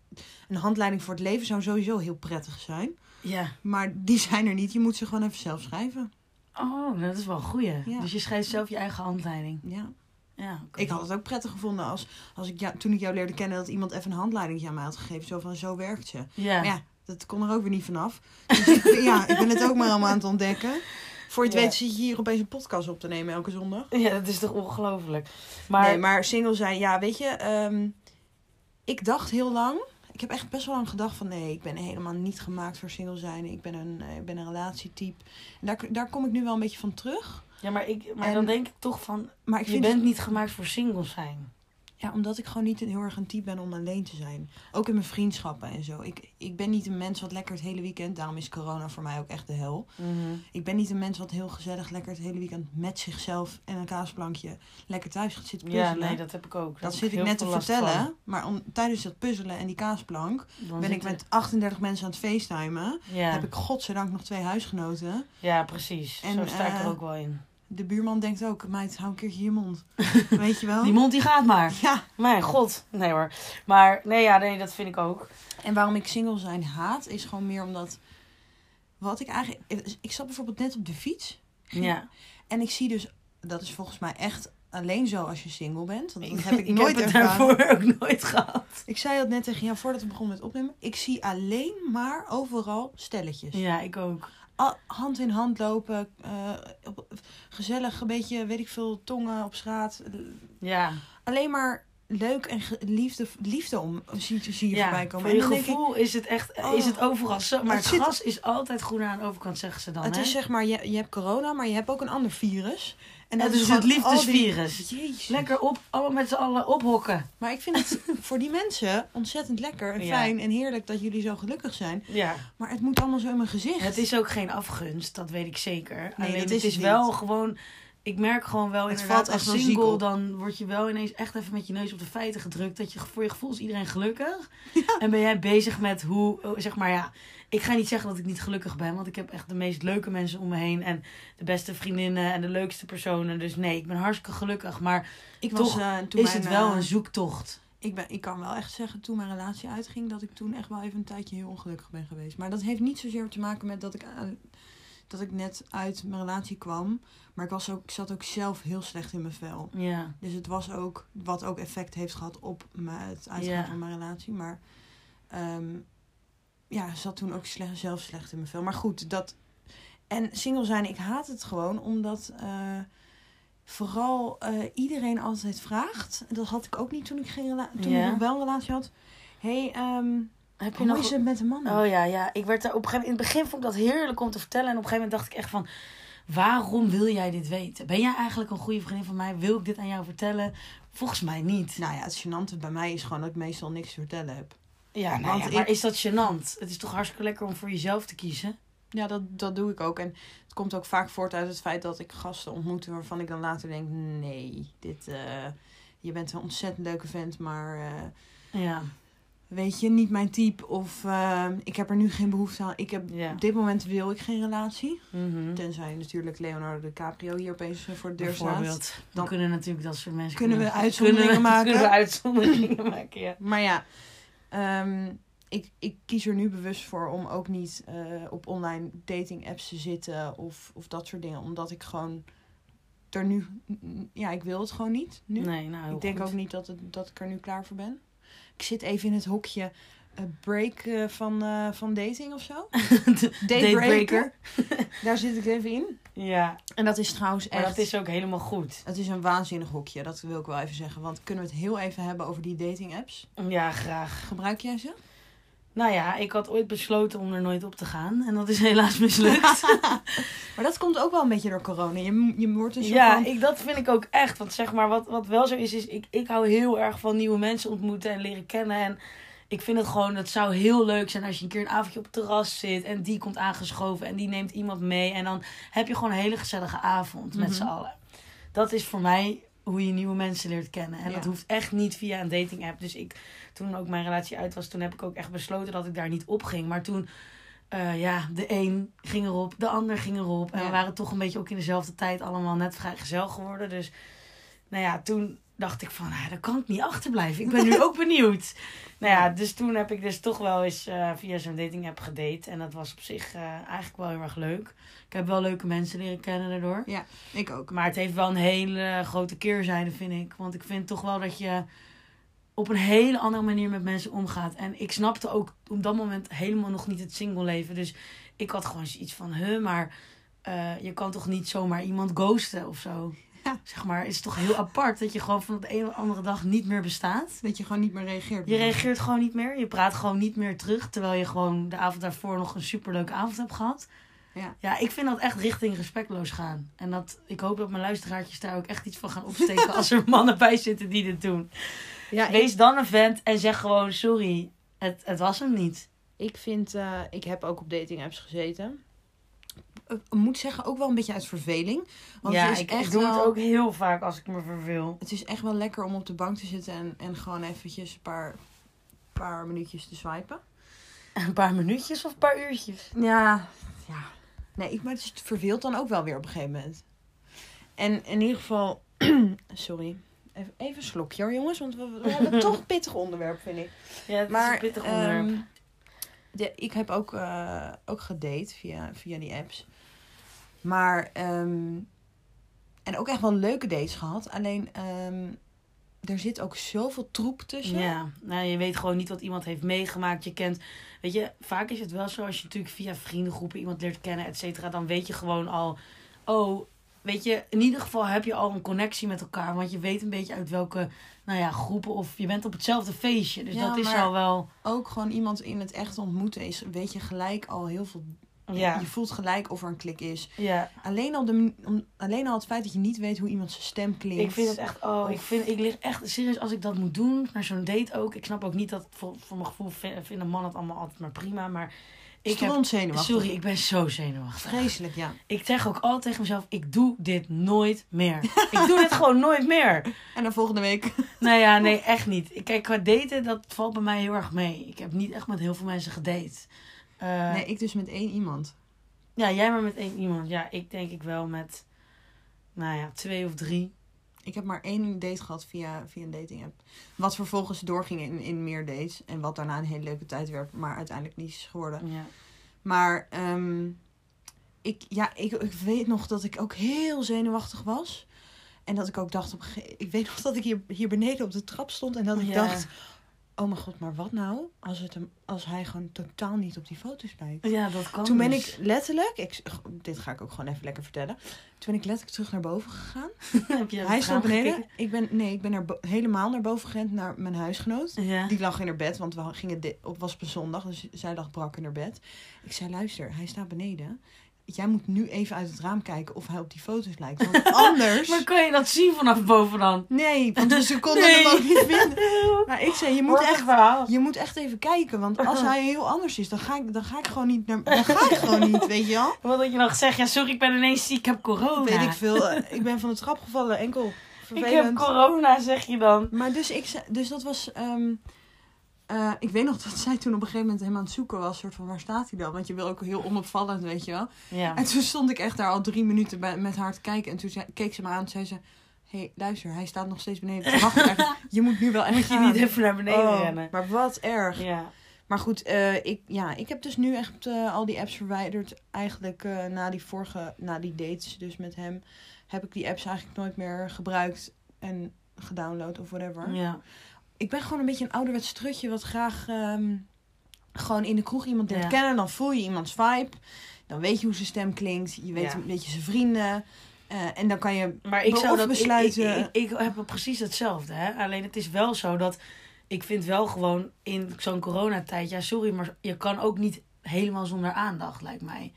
Speaker 2: een handleiding voor het leven zou sowieso heel prettig zijn.
Speaker 1: Ja.
Speaker 2: Maar die zijn er niet. Je moet ze gewoon even zelf schrijven.
Speaker 1: Oh, nou, dat is wel een goeie.
Speaker 2: Ja.
Speaker 1: Dus je schrijft zelf je eigen handleiding.
Speaker 2: Ja.
Speaker 1: Ja, oké.
Speaker 2: Ik had het ook prettig gevonden als, als ik jou, toen ik jou leerde kennen dat iemand even een handleiding aan mij had gegeven. Zo van, zo werkt ze.
Speaker 1: Ja.
Speaker 2: Maar ja, dat kon er ook weer niet vanaf. Dus ik, ben- ja, ik ben het ook maar allemaal aan het ontdekken. Voor je het
Speaker 3: Ja.
Speaker 2: weet zit je hier opeens een podcast op te nemen elke zondag.
Speaker 3: Ja, dat is toch ongelooflijk. Maar,
Speaker 2: nee, maar single zijn, ja, weet je, ehm, ik dacht heel lang. Ik heb echt best wel lang gedacht van nee, ik ben helemaal niet gemaakt voor single zijn. Ik ben een, eh, ik ben een relatietype. En daar, daar kom ik nu wel een beetje van terug.
Speaker 1: ja, maar, ik, maar
Speaker 2: En-
Speaker 1: dan denk ik toch van,
Speaker 2: Maar ik
Speaker 1: je
Speaker 2: vind
Speaker 1: bent niet gemaakt voor singles zijn.
Speaker 2: Ja, omdat ik gewoon niet een- heel erg een type ben om alleen te zijn. Ook in mijn vriendschappen en zo. Ik, ik ben niet een mens wat lekker het hele weekend... Daarom is corona voor mij ook echt de hel. Ik ben niet een mens wat heel gezellig lekker het hele weekend... met zichzelf en een kaasplankje lekker thuis gaat zitten
Speaker 1: Ja,
Speaker 2: puzzelen.
Speaker 1: nee, dat heb ik ook.
Speaker 2: dat
Speaker 1: Daar heb
Speaker 2: zit ik
Speaker 1: heel
Speaker 2: net te
Speaker 1: veel last
Speaker 2: vertellen. Maar om, tijdens dat puzzelen en die kaasplank...
Speaker 1: van. Dan
Speaker 2: ben ik
Speaker 1: zit
Speaker 2: met 38 mensen aan het facetimen.
Speaker 1: er- Ja,
Speaker 2: Heb ik godzijdank nog twee huisgenoten.
Speaker 1: ja precies.
Speaker 2: En,
Speaker 1: Zo sta ik
Speaker 2: eh,
Speaker 1: er ook wel in.
Speaker 2: De buurman denkt ook... Meid, hou een keertje je mond. Weet je wel?
Speaker 1: Die mond die gaat maar.
Speaker 2: Ja.
Speaker 1: Mijn god. Nee hoor. Maar nee, ja, nee, dat vind ik ook.
Speaker 2: En waarom ik single zijn haat, is gewoon meer omdat. Wat ik eigenlijk. Ik zat bijvoorbeeld net op de fiets.
Speaker 1: Ja.
Speaker 2: En ik zie dus. Dat is volgens mij echt alleen zo als je single bent. Want dat heb ik, nooit
Speaker 1: het
Speaker 2: ervaren.
Speaker 1: daarvoor ook nooit gehad.
Speaker 2: Ik zei dat net tegen jou voordat we begonnen met opnemen. Ik zie alleen maar overal stelletjes.
Speaker 1: Ja, ik ook.
Speaker 2: Al- hand in hand lopen. eh, op- gezellig, een beetje, weet ik veel, tongen op straat.
Speaker 1: Ja.
Speaker 2: Alleen maar leuk en ge- liefde, liefde om zie, zie je voorbij
Speaker 1: ja.
Speaker 2: komen.
Speaker 1: Voor
Speaker 2: En
Speaker 1: je
Speaker 2: dan denk ik,
Speaker 1: gevoel is het echt
Speaker 2: oh,
Speaker 1: is het overal zo. Maar
Speaker 2: het
Speaker 1: het,
Speaker 2: zit-
Speaker 1: gras is altijd groener aan de overkant, zeggen ze dan.
Speaker 2: Het
Speaker 1: hè?
Speaker 2: is zeg maar, je, je hebt corona, maar je hebt ook een ander virus. En
Speaker 1: Het is
Speaker 2: gewoon
Speaker 1: het
Speaker 2: al die-
Speaker 1: liefdesvirus.
Speaker 2: Jezus.
Speaker 1: Lekker op, allemaal met z'n allen ophokken.
Speaker 2: Maar ik vind het voor die mensen ontzettend lekker en
Speaker 1: Ja.
Speaker 2: fijn en heerlijk dat jullie zo gelukkig zijn.
Speaker 1: Ja.
Speaker 2: Maar het moet allemaal zo in mijn gezicht.
Speaker 1: Het is ook geen afgunst, dat weet ik zeker. Alleen
Speaker 2: dat
Speaker 1: het
Speaker 2: is
Speaker 1: is,
Speaker 2: het
Speaker 1: wel
Speaker 2: niet.
Speaker 1: gewoon. Ik merk gewoon wel
Speaker 2: Het
Speaker 1: inderdaad
Speaker 2: valt echt wel
Speaker 1: als
Speaker 2: ziek
Speaker 1: single,
Speaker 2: op.
Speaker 1: dan word je wel ineens echt even met je neus op de feiten gedrukt. Dat je voor je gevoel is iedereen gelukkig. En ben jij bezig met hoe, oh, zeg maar ja, ik ga niet zeggen dat ik niet gelukkig ben, want ik heb echt de meest leuke mensen om me heen en de beste vriendinnen en de leukste personen. Dus nee, ik ben hartstikke gelukkig, maar
Speaker 2: ik
Speaker 1: toch
Speaker 2: eh, toen
Speaker 1: is
Speaker 2: mijn,
Speaker 1: het wel
Speaker 2: eh,
Speaker 1: een zoektocht.
Speaker 2: ik, ben, ik kan wel echt zeggen, toen mijn relatie uitging, dat ik toen echt wel even een tijdje heel ongelukkig ben geweest. Maar dat heeft niet zozeer te maken met dat ik, aan- dat ik net uit mijn relatie kwam. Maar ik, was ook, ik zat ook zelf heel slecht in mijn vel.
Speaker 1: Ja,
Speaker 2: Dus het was ook wat ook effect heeft gehad op me, het uitgaan
Speaker 1: Ja.
Speaker 2: van mijn relatie. Maar ehm, ja, zat toen ook slecht, zelf slecht in mijn film. Maar goed, dat. En single zijn, ik haat het gewoon omdat eh, vooral eh, iedereen altijd vraagt. en Dat had ik ook niet toen ik, geen rela- toen
Speaker 1: Ja.
Speaker 2: ik nog wel een relatie had. hey, ehm,
Speaker 1: heb
Speaker 2: hoe is het met de mannen?
Speaker 1: Oh ja, ja. Ik werd daar op een gegeven moment, in het begin vond ik dat heerlijk om te vertellen. En op een gegeven moment dacht ik echt van, waarom wil jij dit weten? Ben jij eigenlijk een goede vriendin van mij? Wil ik dit aan jou vertellen? Volgens mij niet.
Speaker 2: Nou ja, het gênante bij mij is gewoon dat ik meestal niks te vertellen heb.
Speaker 1: Ja, nou
Speaker 2: Want
Speaker 1: ja, maar
Speaker 2: ik-
Speaker 1: is dat gênant? Het is toch hartstikke lekker om voor jezelf te kiezen?
Speaker 2: Ja, dat, dat doe ik ook. En het komt ook vaak voort uit het feit dat ik gasten ontmoet waarvan ik dan later denk: nee, dit, eh, je bent een ontzettend leuke vent, maar eh,
Speaker 1: Ja.
Speaker 2: weet je, niet mijn type. Of eh, ik heb er nu geen behoefte aan. Ik heb,
Speaker 1: Ja.
Speaker 2: Op dit moment wil ik geen relatie.
Speaker 1: Mhm.
Speaker 2: Tenzij natuurlijk Leonardo DiCaprio hier opeens eh, voor de deur staat.
Speaker 1: Bijvoorbeeld. Dan
Speaker 2: Dan-
Speaker 1: kunnen natuurlijk dat soort mensen...
Speaker 2: Kunnen we uitzonderingen maken?
Speaker 1: Kunnen we uitzonderingen maken, ja.
Speaker 2: Maar ja, ehm, ik, ik kies er nu bewust voor om ook niet eh, op online dating apps te zitten of, of dat soort dingen. Omdat ik gewoon er nu. Ja, ik wil het gewoon niet. Nu.
Speaker 1: Nee, nou heel
Speaker 2: ik denk
Speaker 1: goed.
Speaker 2: ook niet dat, het, dat ik er nu klaar voor ben. Ik zit even in het hokje eh, break eh, van, eh, van dating of zo.
Speaker 1: Datebreaker.
Speaker 2: Daar zit ik even in.
Speaker 1: Ja,
Speaker 2: En dat is trouwens
Speaker 1: maar
Speaker 2: echt.
Speaker 1: dat is ook helemaal goed.
Speaker 2: Het is een waanzinnig hokje, dat wil ik wel even zeggen. Want kunnen we het heel even hebben over die dating apps?
Speaker 1: Ja, graag.
Speaker 2: Gebruik jij ze?
Speaker 1: Nou ja, ik had ooit besloten om er nooit op te gaan. En dat is helaas mislukt.
Speaker 2: Maar dat komt ook wel een beetje door corona. Je, m- je wordt een soort
Speaker 1: ja,
Speaker 2: van...
Speaker 1: ik, dat vind ik ook echt. Want zeg maar, wat, wat wel zo is, is ik, ik hou heel erg van nieuwe mensen ontmoeten en leren kennen. En ik vind het gewoon, het zou heel leuk zijn als je een keer een avondje op het terras zit. En die komt aangeschoven en die neemt iemand mee. En dan heb je gewoon een hele gezellige avond met
Speaker 2: Mhm.
Speaker 1: z'n allen. Dat is voor mij hoe je nieuwe mensen leert kennen. En
Speaker 2: Ja.
Speaker 1: dat hoeft echt niet via een dating app. Dus ik, toen ook mijn relatie uit was, toen heb ik ook echt besloten dat ik daar niet op ging. Maar toen eh, ja, de een ging erop, de ander ging erop. En
Speaker 2: Ja.
Speaker 1: we waren toch een beetje ook in dezelfde tijd allemaal net vrijgezel geworden. Dus nou ja, toen dacht ik van, ah, daar kan ik niet achterblijven. Ik ben nu ook benieuwd. Nou ja, dus toen heb ik dus toch wel eens eh, via zo'n dating app gedate. En dat was op zich eh, eigenlijk wel heel erg leuk. Ik heb wel leuke mensen leren kennen daardoor.
Speaker 2: ik ook.
Speaker 1: Maar het heeft wel een hele grote keerzijde, vind ik. Want ik vind toch wel dat je op een hele andere manier met mensen omgaat. En ik snapte ook op dat moment helemaal nog niet het single leven. Dus ik had gewoon iets van, huh, maar eh, je kan toch niet zomaar iemand ghosten of zo?
Speaker 2: Ja.
Speaker 1: Zeg maar, is toch heel apart dat je gewoon van de een op de andere dag niet meer bestaat?
Speaker 2: Dat je gewoon niet meer reageert.
Speaker 1: Je reageert gewoon niet meer, je praat gewoon niet meer terug... terwijl je gewoon de avond daarvoor nog een superleuke avond hebt gehad.
Speaker 2: Ja.
Speaker 1: Ja, ik vind dat echt richting respectloos gaan. En dat, ik hoop dat mijn luisteraartjes daar ook echt iets van gaan opsteken als er mannen bij zitten die dit doen.
Speaker 2: Ja, ik,
Speaker 1: Wees dan een vent en zeg gewoon sorry, het, het was hem niet.
Speaker 2: ik vind... eh, ik heb ook op dating apps gezeten. Ik moet zeggen, ook wel een beetje uit verveling. Want
Speaker 1: ja,
Speaker 2: het is
Speaker 1: ik,
Speaker 2: echt
Speaker 1: ik doe
Speaker 2: wel-
Speaker 1: het ook heel vaak als ik me verveel.
Speaker 2: Het is echt wel lekker om op de bank te zitten en, en gewoon eventjes een paar, paar minuutjes te swipen.
Speaker 1: Een paar minuutjes of een paar uurtjes.
Speaker 2: Ja. ja. Nee, ik, maar het is- het verveelt dan ook wel weer op een gegeven moment. En in ieder geval... Sorry. Even, even een slokje hoor, jongens. Want we, we hebben toch een pittig onderwerp, vind ik.
Speaker 1: Ja, het is
Speaker 2: Maar,
Speaker 1: een pittig
Speaker 2: ehm,
Speaker 1: onderwerp.
Speaker 2: de- ik heb ook, eh, ook gedate via, via die apps. Maar... ehm, en ook echt wel leuke dates gehad. Alleen... ehm, er zit ook zoveel troep tussen.
Speaker 1: Ja, nou, je weet gewoon niet wat iemand heeft meegemaakt. Je kent, weet je, vaak is het wel zo als je natuurlijk via vriendengroepen iemand leert kennen, et cetera. Dan weet je gewoon al, oh, weet je, in ieder geval heb je al een connectie met elkaar. Want je weet een beetje uit welke, nou ja, groepen of je bent op hetzelfde feestje. Dus
Speaker 2: Ja,
Speaker 1: dat is
Speaker 2: maar-
Speaker 1: al wel,
Speaker 2: ook gewoon iemand in het echt ontmoeten is, weet je gelijk al heel veel.
Speaker 1: ja,
Speaker 2: Je voelt gelijk of er een klik is.
Speaker 1: ja.
Speaker 2: Alleen al, de, mani- om- alleen al het feit dat je niet weet hoe iemand zijn stem klinkt.
Speaker 1: Ik vind het echt, oh, ik, vind, ik lig echt, serieus, als ik dat moet doen, naar zo'n date ook. Ik snap ook niet dat, voor, voor mijn gevoel vin- vinden mannen het allemaal altijd maar prima, maar... Ik heb,
Speaker 2: Stront zenuwachtig.
Speaker 1: sorry, ik ben zo zenuwachtig.
Speaker 2: Vreselijk, ja.
Speaker 1: Ik zeg ook altijd tegen mezelf, ik doe dit nooit meer. ik doe dit gewoon nooit meer.
Speaker 2: En dan volgende week.
Speaker 1: Nou ja, nee, echt niet. Kijk, qua daten, dat valt bij mij heel erg mee. Ik heb niet echt met heel veel mensen gedate. Eh,
Speaker 2: Nee, ik dus met één iemand.
Speaker 1: Ja, jij maar met één iemand. Ja, ik denk ik wel met, nou ja, twee of drie.
Speaker 2: Ik heb maar één date gehad via, via een dating app. Wat vervolgens doorging in, in meer dates. En wat daarna een hele leuke tijd werd, maar uiteindelijk niet is geworden.
Speaker 1: Ja.
Speaker 2: Maar ehm, ik, ja, ik, ik weet nog dat ik ook heel zenuwachtig was. En dat ik ook dacht, op een gege- ik weet nog dat ik hier, hier beneden op de trap stond. En dat ik
Speaker 1: Ja.
Speaker 2: dacht, oh mijn god, maar wat nou als, het hem, als hij gewoon totaal niet op die foto's lijkt.
Speaker 1: ja, dat kan
Speaker 2: Toen ben
Speaker 1: dus.
Speaker 2: ik letterlijk, ik, dit ga ik ook gewoon even lekker vertellen. Toen ben ik letterlijk terug naar boven gegaan.
Speaker 1: Heb je
Speaker 2: hij
Speaker 1: het raam
Speaker 2: stond beneden.
Speaker 1: gekeken?
Speaker 2: Ik ben, nee, ik ben naar bo- helemaal naar boven gerend naar mijn huisgenoot.
Speaker 1: Ja.
Speaker 2: Die lag in haar bed, want we gingen di- op was op een zondag, dus zij lag brak in haar bed. Ik zei, luister, hij staat beneden. Jij moet nu even uit het raam kijken of hij op die foto's lijkt. Want anders...
Speaker 1: Maar kan je dat zien vanaf boven dan?
Speaker 2: Nee, want we ze konden
Speaker 1: Nee.
Speaker 2: hem ook niet vinden. Maar ik zei, je moet, echt,
Speaker 1: verhaal.
Speaker 2: je moet echt even kijken. Want
Speaker 1: Oh.
Speaker 2: als hij heel anders is, dan ga ik, dan ga ik gewoon niet naar... Dan ga ik gewoon niet, weet je wel?
Speaker 1: Wat dat je nog zegt, ja, sorry, ik ben ineens ziek, ik heb corona.
Speaker 2: Weet ik veel. eh, Ik ben van de trap gevallen, enkel.
Speaker 1: Oh, ik
Speaker 2: Vervelend.
Speaker 1: heb corona, zeg je dan.
Speaker 2: Maar dus, ik, ze- dus dat was. ehm, eh, ik weet nog dat zij toen op een gegeven moment helemaal aan het zoeken was. Soort van waar staat hij dan? Want je wil ook heel onopvallend, weet je wel.
Speaker 1: Ja.
Speaker 2: En toen stond ik echt daar al drie minuten bij, met haar te kijken. En toen zei- keek ze me aan en zei ze: Hé, hey, luister, hij staat nog steeds beneden. Wacht even, je moet nu wel echt.
Speaker 1: Moet je
Speaker 2: gaan."
Speaker 1: niet even naar beneden
Speaker 2: Oh,
Speaker 1: rennen.
Speaker 2: Maar wat erg.
Speaker 1: Ja.
Speaker 2: Maar goed, eh, ik, ja, ik heb dus nu echt eh, al die apps verwijderd. Eigenlijk eh, na die vorige, na die dates dus met hem, heb ik die apps eigenlijk nooit meer gebruikt en gedownload of whatever.
Speaker 1: ja.
Speaker 2: Ik ben gewoon een beetje een ouderwets strutje wat graag ehm, gewoon in de kroeg iemand leert
Speaker 1: Ja.
Speaker 2: kennen. Dan voel je iemands vibe. Dan weet je hoe zijn stem klinkt. Je weet
Speaker 1: Ja.
Speaker 2: een beetje zijn vrienden. Eh, en dan kan je...
Speaker 1: Maar ik zou
Speaker 2: Of
Speaker 1: dat ik-
Speaker 2: besluiten.
Speaker 1: Ik, ik, ik, heb precies hetzelfde. Hè? Alleen het is wel zo dat ik vind wel gewoon in zo'n coronatijd, ja sorry, maar je kan ook niet helemaal zonder aandacht, lijkt mij.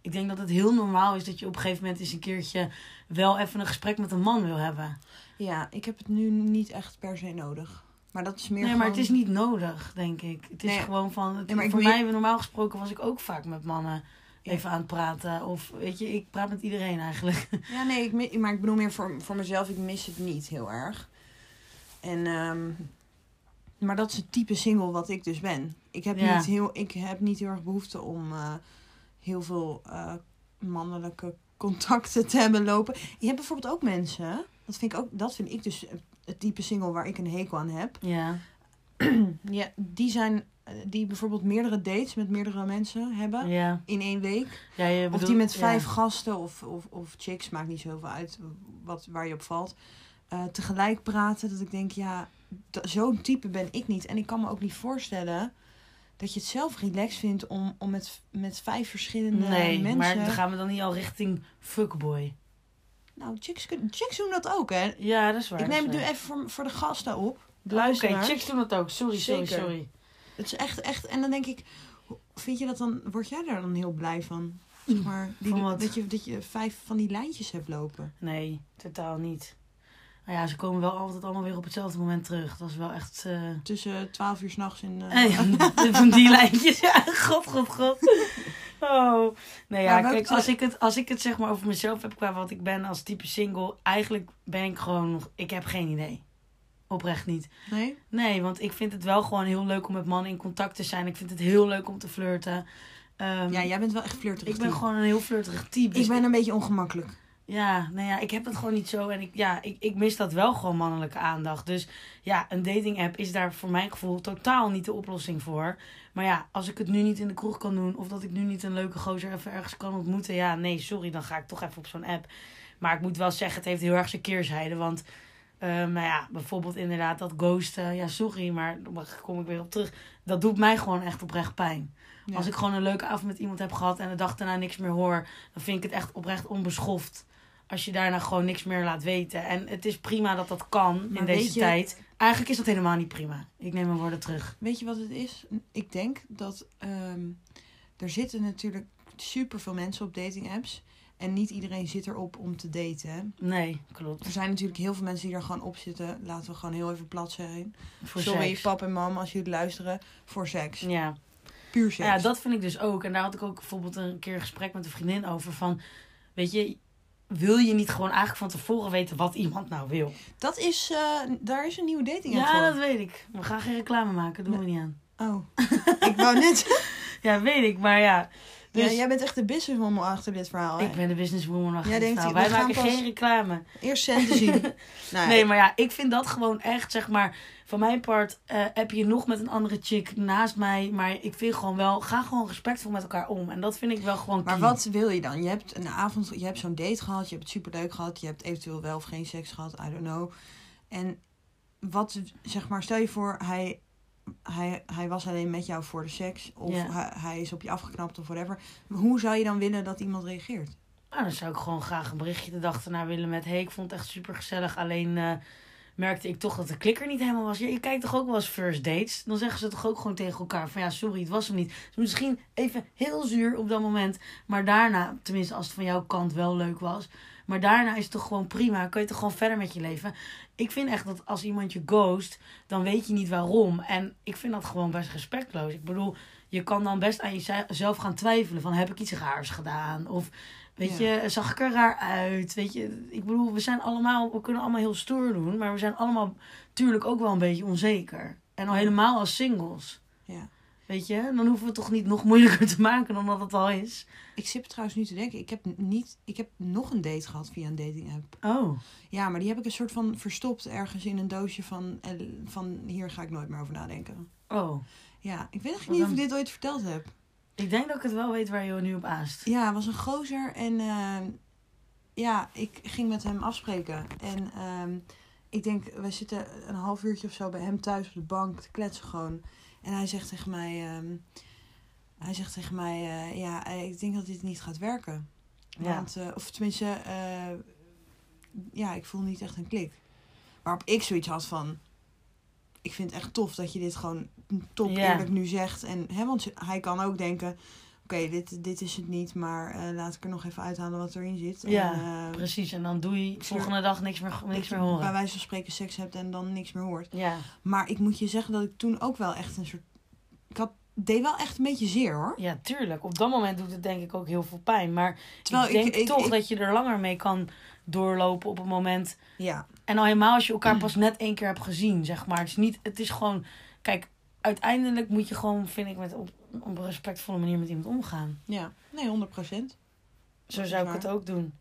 Speaker 1: Ik denk dat het heel normaal is dat je op een gegeven moment eens een keertje wel even een gesprek met een man wil hebben.
Speaker 2: Ja, ik heb het nu niet echt per se nodig. Maar dat is meer
Speaker 1: nee, maar
Speaker 2: gewoon-
Speaker 1: het is niet nodig, denk ik. Het is
Speaker 2: Nee.
Speaker 1: gewoon van, het,
Speaker 2: Nee, maar ik
Speaker 1: voor
Speaker 2: bedoel-
Speaker 1: mij, normaal gesproken was ik ook vaak met mannen
Speaker 2: Ja.
Speaker 1: even aan het praten. Of weet je, ik praat met iedereen eigenlijk.
Speaker 2: Ja, nee, ik, mi- maar ik bedoel meer voor, voor mezelf. Ik mis het niet heel erg. En, ehm, maar dat is het type single wat ik dus ben. Ik heb,
Speaker 1: Ja.
Speaker 2: niet, heel, ik heb niet heel erg behoefte om eh, heel veel eh, mannelijke contacten te hebben lopen. Je hebt bijvoorbeeld ook mensen. Dat vind ik, ook, dat vind ik dus het type single waar ik een hekel aan heb.
Speaker 1: Ja.
Speaker 2: ja, die zijn eh, die bijvoorbeeld meerdere dates met meerdere mensen hebben
Speaker 1: Ja.
Speaker 2: in één week.
Speaker 1: ja je
Speaker 2: Of
Speaker 1: bedoelt-
Speaker 2: die met
Speaker 1: ja.
Speaker 2: vijf gasten of, of, of chicks, maakt niet zoveel uit wat, waar je op valt. eh, tegelijk praten, dat ik denk, ja, d- zo'n type ben ik niet. En ik kan me ook niet voorstellen dat je het zelf relaxed vindt om, om met, met vijf verschillende
Speaker 1: Nee,
Speaker 2: mensen...
Speaker 1: maar dan gaan we dan niet al richting fuckboy.
Speaker 2: Nou, chicks, kun- chicks doen dat ook, hè.
Speaker 1: Ja, dat is waar.
Speaker 2: ik
Speaker 1: dat
Speaker 2: neem
Speaker 1: is
Speaker 2: het nu
Speaker 1: waar.
Speaker 2: even voor, voor de gasten op. De
Speaker 1: Oké,
Speaker 2: luisteraars.
Speaker 1: chicks doen dat ook. Sorry, sorry,
Speaker 3: Zeker.
Speaker 1: sorry.
Speaker 2: Het is echt, echt... En dan denk ik, hoe- vind je dat dan... Word jij daar dan heel blij van? Zeg maar, die,
Speaker 1: Mm. Van wat?
Speaker 2: Dat, je, dat je vijf van die lijntjes hebt lopen.
Speaker 1: Nee, totaal niet. Nou ja, ze komen wel altijd allemaal weer op hetzelfde moment terug. Dat is wel echt... eh,
Speaker 2: Tussen 12 uur s'nachts en. eh,
Speaker 1: Hey, van die lijntjes. Ja, god, god, god. Oh. Nee, ja,
Speaker 2: Maar welke
Speaker 1: kijk,
Speaker 2: twee-
Speaker 1: als ik, het, als ik het zeg maar over mezelf heb qua wat ik ben als type single, eigenlijk ben ik gewoon nog, ik heb geen idee. Oprecht niet.
Speaker 2: Nee?
Speaker 1: Nee, want ik vind het wel gewoon heel leuk om met mannen in contact te zijn. Ik vind het heel leuk om te flirten. Ehm,
Speaker 2: Ja, jij bent wel echt flirterig.
Speaker 1: ik ben
Speaker 2: type.
Speaker 1: gewoon een heel flirterig type.
Speaker 2: Ik
Speaker 1: Dus
Speaker 2: ben een beetje ongemakkelijk.
Speaker 1: ja, nou ja, ik heb het gewoon niet zo. En ik, ja, ik, ik mis dat wel gewoon mannelijke aandacht. Dus ja, een dating app is daar voor mijn gevoel totaal niet de oplossing voor. Maar ja, als ik het nu niet in de kroeg kan doen... of dat ik nu niet een leuke gozer even ergens kan ontmoeten... ja, nee, sorry, dan ga ik toch even op zo'n app. Maar ik moet wel zeggen, het heeft heel erg zijn keerzijde. Want, eh, nou ja, bijvoorbeeld inderdaad dat ghosten... ja, sorry, maar daar kom ik weer op terug. Dat doet mij gewoon echt oprecht pijn.
Speaker 2: Ja.
Speaker 1: Als ik gewoon een leuke avond met iemand heb gehad en de dag daarna niks meer hoor, dan vind ik het echt oprecht onbeschoft. Als je daarna gewoon niks meer laat weten. En het is prima dat dat kan
Speaker 2: Maar
Speaker 1: in
Speaker 2: weet
Speaker 1: deze
Speaker 2: je-
Speaker 1: tijd. Eigenlijk is dat helemaal niet prima. Ik neem mijn woorden terug.
Speaker 2: Weet je wat het is? Ik denk dat ehm, er zitten natuurlijk superveel mensen op dating apps. En niet iedereen zit erop om te daten. hè.
Speaker 1: Nee, klopt.
Speaker 2: Er zijn natuurlijk heel veel mensen die er gewoon op zitten. Laten we gewoon heel even plat zijn.
Speaker 1: Voor
Speaker 2: Sorry,
Speaker 1: seks.
Speaker 2: pap en mam, als jullie luisteren. Voor seks.
Speaker 1: Ja.
Speaker 2: Puur seks.
Speaker 1: Ja, dat vind ik dus ook. En daar had ik ook bijvoorbeeld een keer een gesprek met een vriendin over. Van, weet je, wil je niet gewoon eigenlijk van tevoren weten wat iemand nou wil?
Speaker 2: Dat is, eh, daar is een nieuwe dating app
Speaker 1: Ja, dat
Speaker 2: voor.
Speaker 1: weet ik. We gaan geen reclame maken, doen we niet aan.
Speaker 2: Oh, ik wou net...
Speaker 1: Ja, weet ik, maar ja. Dus-
Speaker 2: Ja, jij bent echt de businesswoman achter dit verhaal. Oh, hè?
Speaker 1: Ik ben de businesswoman achter
Speaker 2: Jij
Speaker 1: dit
Speaker 2: denkt,
Speaker 1: verhaal.
Speaker 2: we
Speaker 1: Wij
Speaker 2: gaan
Speaker 1: maken
Speaker 2: pas-
Speaker 1: geen reclame.
Speaker 2: Eerst centen zien. Nou, ja,
Speaker 1: Nee, maar ja, ik vind dat gewoon echt, zeg maar... Van mijn part eh, heb je nog met een andere chick naast mij. Maar ik vind gewoon wel... Ga gewoon respectvol met elkaar om. En dat vind ik wel gewoon
Speaker 2: Maar
Speaker 1: key.
Speaker 2: wat wil je dan? Je hebt een avond, je hebt zo'n date gehad, je hebt het superleuk gehad, je hebt eventueel wel of geen seks gehad, I don't know. En wat, zeg maar, stel je voor, hij, hij, hij was alleen met jou voor de seks, of
Speaker 1: Ja.
Speaker 2: hij, hij is op je afgeknapt of whatever. Hoe zou je dan willen dat iemand reageert?
Speaker 1: Nou, dan zou ik gewoon graag een berichtje de dag erna willen met... Hé, hey, ik vond het echt super gezellig. Alleen eh, merkte ik toch dat de klikker niet helemaal was. Je, je kijkt toch ook wel eens first dates? Dan zeggen ze toch ook gewoon tegen elkaar van... Ja, sorry, het was hem niet. Dus misschien even heel zuur op dat moment. Maar daarna, tenminste als het van jouw kant wel leuk was... Maar daarna is het toch gewoon prima. Kun je toch gewoon verder met je leven. Ik vind echt dat als iemand je ghost, dan weet je niet waarom. En ik vind dat gewoon best respectloos. Ik bedoel, je kan dan best aan jezelf gaan twijfelen. Van heb ik iets raars gedaan? Of weet
Speaker 2: Ja.
Speaker 1: je, zag ik er raar uit? Weet je, ik bedoel, we zijn allemaal, we kunnen allemaal heel stoer doen. Maar we zijn allemaal natuurlijk ook wel een beetje onzeker. En al helemaal als singles.
Speaker 2: Ja.
Speaker 1: Weet je, dan hoeven we het toch niet nog moeilijker te maken dan dat het al is.
Speaker 2: Ik zit trouwens nu te denken, ik heb, niet, ik heb nog een date gehad via een dating app.
Speaker 1: Oh,
Speaker 2: Ja, maar die heb ik een soort van verstopt ergens in een doosje van, eh, van hier ga ik nooit meer over nadenken.
Speaker 1: oh.
Speaker 2: Ja, ik weet
Speaker 1: Wat
Speaker 2: eigenlijk niet of
Speaker 1: dan?
Speaker 2: ik dit ooit verteld heb.
Speaker 1: Ik denk dat ik het wel weet waar je nu op aast.
Speaker 2: Ja, het was een gozer en ehm, ja, ik ging met hem afspreken. En ehm, ik denk, we zitten een half uurtje of zo bij hem thuis op de bank te kletsen gewoon. En hij zegt tegen mij, ehm, hij zegt tegen mij, eh, ja, ik denk dat dit niet gaat werken.
Speaker 1: Ja.
Speaker 2: Want, eh, of tenminste, eh, ja, ik voel niet echt een klik. Waarop ik zoiets had van, ik vind het echt tof dat je dit gewoon top
Speaker 1: Ja.
Speaker 2: eerlijk nu zegt. En, hè, want hij kan ook denken, oké, dit, dit is het niet, maar eh, laat ik er nog even uithalen wat erin zit.
Speaker 1: Ja,
Speaker 2: en, eh,
Speaker 1: Precies, en dan doe je de
Speaker 2: Sure.
Speaker 1: volgende dag niks meer, niks meer
Speaker 2: dat je Bij
Speaker 1: horen.
Speaker 2: wijze van spreken seks hebt en dan niks meer hoort.
Speaker 1: Ja,
Speaker 2: Maar ik moet je zeggen dat ik toen ook wel echt een soort... Ik had, deed wel echt een beetje zeer, hoor.
Speaker 1: ja, tuurlijk. Op dat moment doet het denk ik ook heel veel pijn. Maar
Speaker 2: Terwijl
Speaker 1: ik
Speaker 2: ik-
Speaker 1: denk
Speaker 2: ik-
Speaker 1: toch
Speaker 2: ik-
Speaker 1: dat je er langer mee kan doorlopen op het moment.
Speaker 2: Ja,
Speaker 1: En al helemaal als je
Speaker 2: Mm.
Speaker 1: elkaar pas net één keer hebt gezien, zeg maar. Het is, niet, het is gewoon... Kijk, uiteindelijk moet je gewoon, vind ik, met op, op een respectvolle manier met iemand omgaan.
Speaker 2: ja. Nee, 100 procent.
Speaker 1: Zo
Speaker 2: is
Speaker 1: zou ik
Speaker 2: waar.
Speaker 1: het ook doen.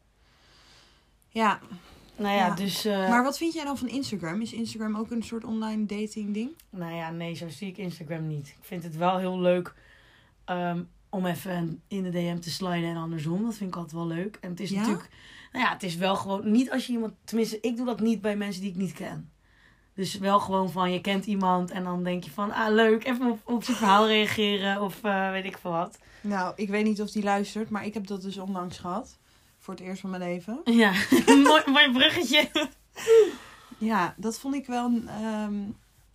Speaker 2: Ja,
Speaker 1: Nou ja,
Speaker 2: Ja.
Speaker 1: dus... eh,
Speaker 2: maar wat vind jij dan van Instagram? Is Instagram ook een soort online dating ding?
Speaker 1: Nou ja, nee, zo zie ik Instagram niet. Ik vind het wel heel leuk ehm, om even in de DM te sliden en andersom. Dat vind ik altijd wel leuk. En het is
Speaker 2: Ja?
Speaker 1: natuurlijk... Nou ja, het is wel gewoon... Niet als je iemand... Tenminste, ik doe dat niet bij mensen die ik niet ken. Dus wel gewoon van, je kent iemand en dan denk je van... Ah, leuk, even op, op zijn verhaal reageren of eh, weet ik veel wat.
Speaker 2: Nou, ik weet niet of die luistert, maar ik heb dat dus onlangs gehad. Voor het eerst van mijn leven.
Speaker 1: Ja, mooi, mooi bruggetje.
Speaker 2: Ja, dat vond ik wel. een, ehm,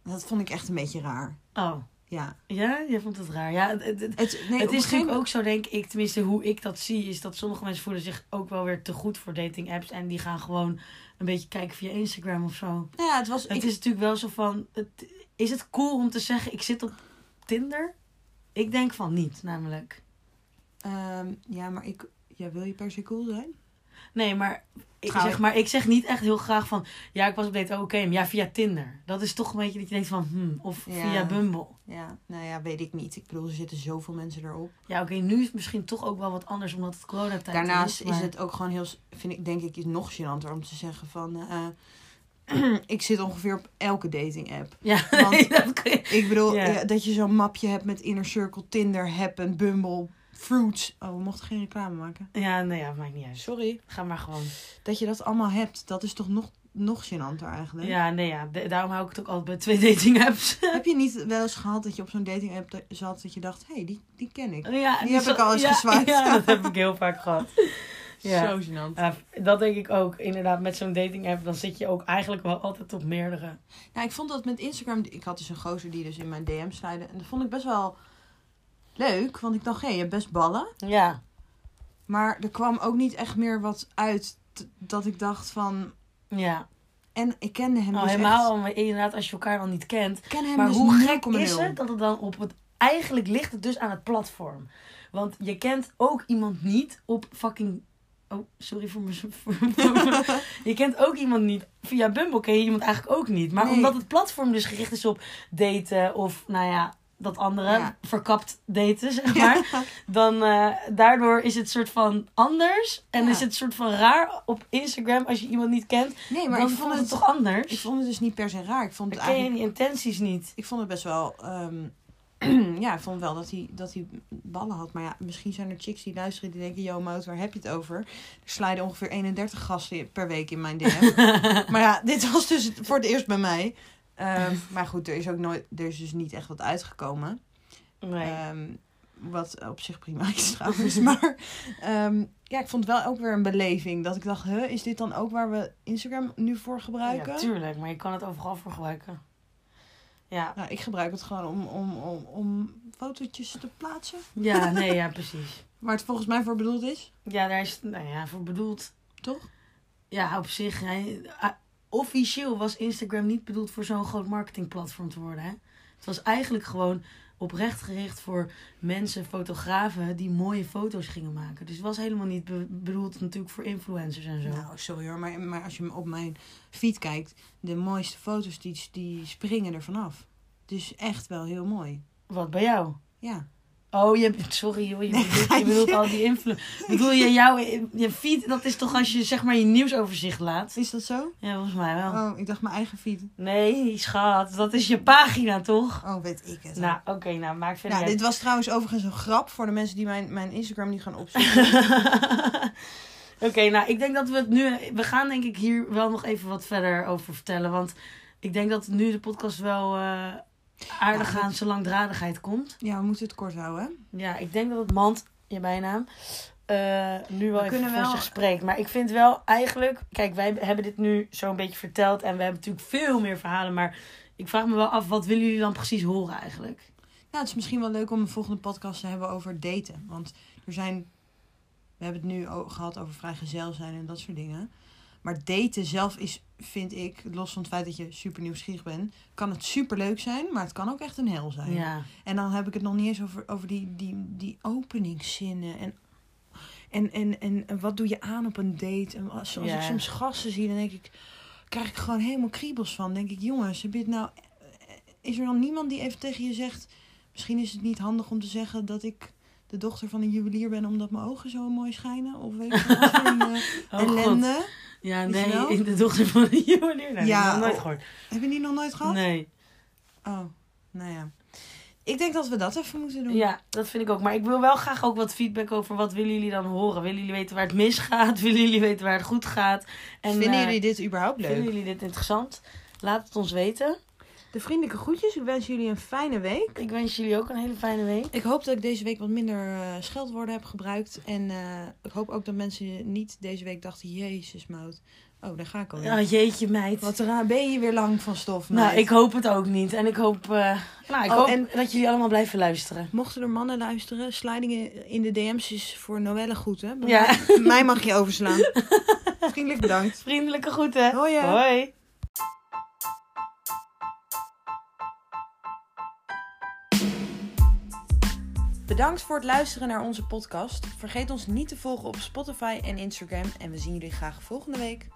Speaker 2: dat vond ik echt een beetje raar.
Speaker 1: Oh,
Speaker 2: Ja.
Speaker 1: ja? Je vond het raar. Ja, het, het-
Speaker 2: Het, nee,
Speaker 1: het
Speaker 2: op een
Speaker 1: is
Speaker 2: gegeven
Speaker 1: natuurlijk ook
Speaker 2: moment-
Speaker 1: zo, denk ik, tenminste hoe ik dat zie, is dat sommige mensen voelen zich ook wel weer te goed voor dating apps. En die gaan gewoon een beetje kijken via Instagram of zo.
Speaker 2: Nou Ja, het was.
Speaker 1: Het
Speaker 2: ik-
Speaker 1: is natuurlijk wel zo van, het, is het cool om te zeggen ik zit op Tinder? Ik denk van niet, namelijk.
Speaker 2: ehm, ja, maar ik. Ja, wil je per se cool zijn?
Speaker 1: Nee, maar ik,
Speaker 2: Trouw-
Speaker 1: zeg maar ik zeg niet echt heel graag van, ja ik was op date, oh, oké, maar ja via Tinder. Dat is toch een beetje dat je denkt van, hmm, of
Speaker 2: Ja.
Speaker 1: via Bumble.
Speaker 2: Ja, nou ja, weet ik niet. Ik bedoel, er zitten zoveel mensen erop.
Speaker 1: Ja, oké, nu is het misschien toch ook wel wat anders omdat het coronatijd is.
Speaker 2: Daarnaast is
Speaker 1: maar-
Speaker 2: het ook gewoon heel. s- Vind ik denk ik is nog gênanter om te zeggen van. eh, ik zit ongeveer op elke dating app.
Speaker 1: Ja,
Speaker 2: want-
Speaker 1: nee, dat kun je-
Speaker 2: Ik bedoel,
Speaker 1: Ja.
Speaker 2: ja, dat je zo'n mapje hebt met Inner Circle, Tinder, Happen, Bumble, Fruits. Oh, we mochten geen reclame maken.
Speaker 1: Ja, nee, ja, maakt niet uit.
Speaker 2: Sorry.
Speaker 1: Ga maar gewoon.
Speaker 2: Dat je dat allemaal hebt, dat is toch nog, nog gênanter eigenlijk?
Speaker 1: Ja, nee, ja. da- daarom hou ik het ook altijd bij twee dating apps.
Speaker 2: Heb je niet wel eens gehad dat je op zo'n dating app da- zat dat je dacht, hé, hey, die, die ken ik.
Speaker 1: ja,
Speaker 2: Die heb
Speaker 1: zo-
Speaker 2: ik al eens
Speaker 1: ja,
Speaker 2: geswiped.
Speaker 1: Ja, dat heb ik heel vaak gehad. Ja.
Speaker 2: Zo gênant.
Speaker 1: Ja, dat denk ik ook. Inderdaad, met zo'n dating app, dan zit je ook eigenlijk wel altijd op meerdere.
Speaker 2: Nou, ik vond dat met Instagram, ik had dus een gozer die dus in mijn DM slide en dat vond ik best wel leuk, want ik dacht, hé, je hebt best ballen.
Speaker 1: Ja.
Speaker 2: Maar er kwam ook niet echt meer wat uit t- dat ik dacht van,
Speaker 1: Ja.
Speaker 2: en ik kende hem
Speaker 1: Nou,
Speaker 2: dus
Speaker 1: helemaal, maar inderdaad, als je elkaar dan niet kent.
Speaker 2: echt. Ik ken hem
Speaker 1: Maar
Speaker 2: dus
Speaker 1: hoe
Speaker 2: 0,0.
Speaker 1: gek is het dat het dan op het... Eigenlijk ligt het dus aan het platform. Want je kent ook iemand niet op fucking... Oh, sorry voor mijn... voor- voor- je kent ook iemand niet. Via Bumble ken je iemand eigenlijk ook niet. Maar
Speaker 2: Nee.
Speaker 1: omdat het platform dus gericht is op daten of nou ja, dat andere
Speaker 2: Ja.
Speaker 1: verkapt daten, zeg maar. Dan eh, daardoor is het soort van anders. En
Speaker 2: Ja.
Speaker 1: is het soort van raar op Instagram als je iemand niet kent.
Speaker 2: Nee, maar
Speaker 1: dan
Speaker 2: ik vond het,
Speaker 1: toch anders.
Speaker 2: ik vond het dus niet per se raar. Ik vond het
Speaker 1: Dan ken je
Speaker 2: eigenlijk,
Speaker 1: die intenties niet.
Speaker 2: ik vond het best wel, ehm, ja, ik vond wel dat hij, dat hij ballen had. Maar ja, misschien zijn er chicks die luisteren die denken, yo Mout, waar heb je het over? Er sliden ongeveer 31 gasten per week in mijn DM. maar ja, dit was dus voor het eerst bij mij. Ehm, maar goed, er is ook nooit, er is dus niet echt wat uitgekomen.
Speaker 1: Nee.
Speaker 2: Ehm, wat op zich prima is trouwens. maar ehm, ja, ik vond het wel ook weer een beleving. Dat ik dacht, huh, is dit dan ook waar we Instagram nu voor gebruiken?
Speaker 1: Ja, tuurlijk, maar je kan het overal voor gebruiken. Ja,
Speaker 2: nou, ik gebruik het gewoon om, om, om, om fotootjes te plaatsen.
Speaker 1: ja nee, ja, precies.
Speaker 2: Waar het volgens mij voor bedoeld is.
Speaker 1: Ja, daar is het nou ja, voor bedoeld.
Speaker 2: Toch?
Speaker 1: Ja, op zich. Hè, Ah, officieel was Instagram niet bedoeld voor zo'n groot marketingplatform te worden. Hè? Het was eigenlijk gewoon oprecht gericht voor mensen, fotografen, die mooie foto's gingen maken. Dus het was helemaal niet be- bedoeld natuurlijk voor influencers en zo.
Speaker 2: Nou, sorry hoor. Maar, maar als je op mijn feed kijkt, de mooiste foto's die, die springen er vanaf. Dus echt wel heel mooi.
Speaker 1: Wat bij jou?
Speaker 2: Ja.
Speaker 1: Oh, je, sorry joh, je
Speaker 2: Nee,
Speaker 1: bedoelt, je
Speaker 2: geintje.
Speaker 1: bedoelt al die influencers. Bedoel je jouw je feed, dat is toch als je zeg maar je nieuwsoverzicht laat?
Speaker 2: Is dat zo?
Speaker 1: Ja, volgens mij wel.
Speaker 2: Oh, ik dacht mijn eigen feed.
Speaker 1: Nee, schat, dat is je pagina toch?
Speaker 2: Oh, weet ik het.
Speaker 1: Nou, oké, nou maak verder.
Speaker 2: Nou,
Speaker 1: uit.
Speaker 2: dit was trouwens overigens een grap voor de mensen die mijn, mijn Instagram niet gaan opzoeken.
Speaker 1: Oké, nou, ik denk dat we het nu... We gaan denk ik hier wel nog even wat verder over vertellen. Want ik denk dat nu de podcast wel eh, aardig
Speaker 2: Ja,
Speaker 1: aan zijn langdradigheid komt.
Speaker 2: ja, we moeten het kort houden. hè?
Speaker 1: Ja, ik denk dat het mand, je bijnaam, eh, nu wel
Speaker 2: We
Speaker 1: even
Speaker 2: kunnen
Speaker 1: voor
Speaker 2: wel-
Speaker 1: zich spreekt. Maar ik vind wel eigenlijk... Kijk, wij hebben dit nu zo'n beetje verteld. En we hebben natuurlijk veel meer verhalen. Maar Ik vraag me wel af, wat willen jullie dan precies horen eigenlijk?
Speaker 2: Nou, het is misschien wel leuk om een volgende podcast te hebben over daten. Want er zijn. We hebben het nu o- gehad over vrijgezel zijn en dat soort dingen. Maar daten zelf is, vind ik, los van het feit dat je super nieuwsgierig bent, kan het super leuk zijn, maar het kan ook echt een hel zijn.
Speaker 1: Ja.
Speaker 2: En dan heb ik het nog niet eens over, over die, die, die openingszinnen. En, en, en, en wat doe je aan op een date? En als, als ik
Speaker 1: Ja.
Speaker 2: soms gasten zie, dan denk ik, krijg ik gewoon helemaal kriebels van. Dan denk ik, jongens, heb je het nou, is er dan niemand die even tegen je zegt... misschien is het niet handig om te zeggen dat ik de dochter van een juwelier ben... omdat mijn ogen zo mooi schijnen? Of weet ik veel wat voor een, eh,
Speaker 1: Oh, God.
Speaker 2: ellende?
Speaker 1: Ja,
Speaker 2: Weet je wel?
Speaker 1: nee, in de dochter van de juwelier. Nee,
Speaker 2: Ja,
Speaker 1: ja, nooit
Speaker 2: oh,
Speaker 1: gehoord.
Speaker 2: Heb je die nog nooit gehad?
Speaker 1: Nee.
Speaker 2: Oh, nou ja. Ik denk dat we dat even moeten doen.
Speaker 1: Ja, dat vind ik ook. Maar ik wil wel graag ook wat feedback over wat willen jullie dan horen. Willen jullie weten waar het misgaat? Willen jullie weten waar het goed gaat? En,
Speaker 2: Vinden
Speaker 1: eh,
Speaker 2: jullie dit überhaupt leuk?
Speaker 1: vinden jullie dit interessant? Laat het ons weten.
Speaker 2: De vriendelijke groetjes. Ik wens jullie een fijne week.
Speaker 1: Ik wens jullie ook een hele fijne week.
Speaker 2: Ik hoop dat ik deze week wat minder eh, scheldwoorden heb gebruikt. En eh, ik hoop ook dat mensen niet deze week dachten... Jezus, Mout. Oh, daar ga ik al.
Speaker 1: Oh, jeetje meid.
Speaker 2: Wat raar ben je weer lang van stof,
Speaker 1: nou,
Speaker 2: meid.
Speaker 1: ik hoop het ook niet. En ik hoop, eh, nou, ik
Speaker 2: Oh,
Speaker 1: hoop
Speaker 2: en-
Speaker 1: dat jullie allemaal blijven luisteren.
Speaker 2: Mochten er mannen luisteren, slidingen in de DM's is voor Noelle goed, hè? Bij
Speaker 1: Ja,
Speaker 2: mij- mij mag je overslaan. Vriendelijk bedankt.
Speaker 1: vriendelijke groeten.
Speaker 2: Hoi, eh. hè.
Speaker 1: Hoi.
Speaker 2: Bedankt voor het luisteren naar onze podcast. Vergeet ons niet te volgen op Spotify en Instagram. En we zien jullie graag volgende week.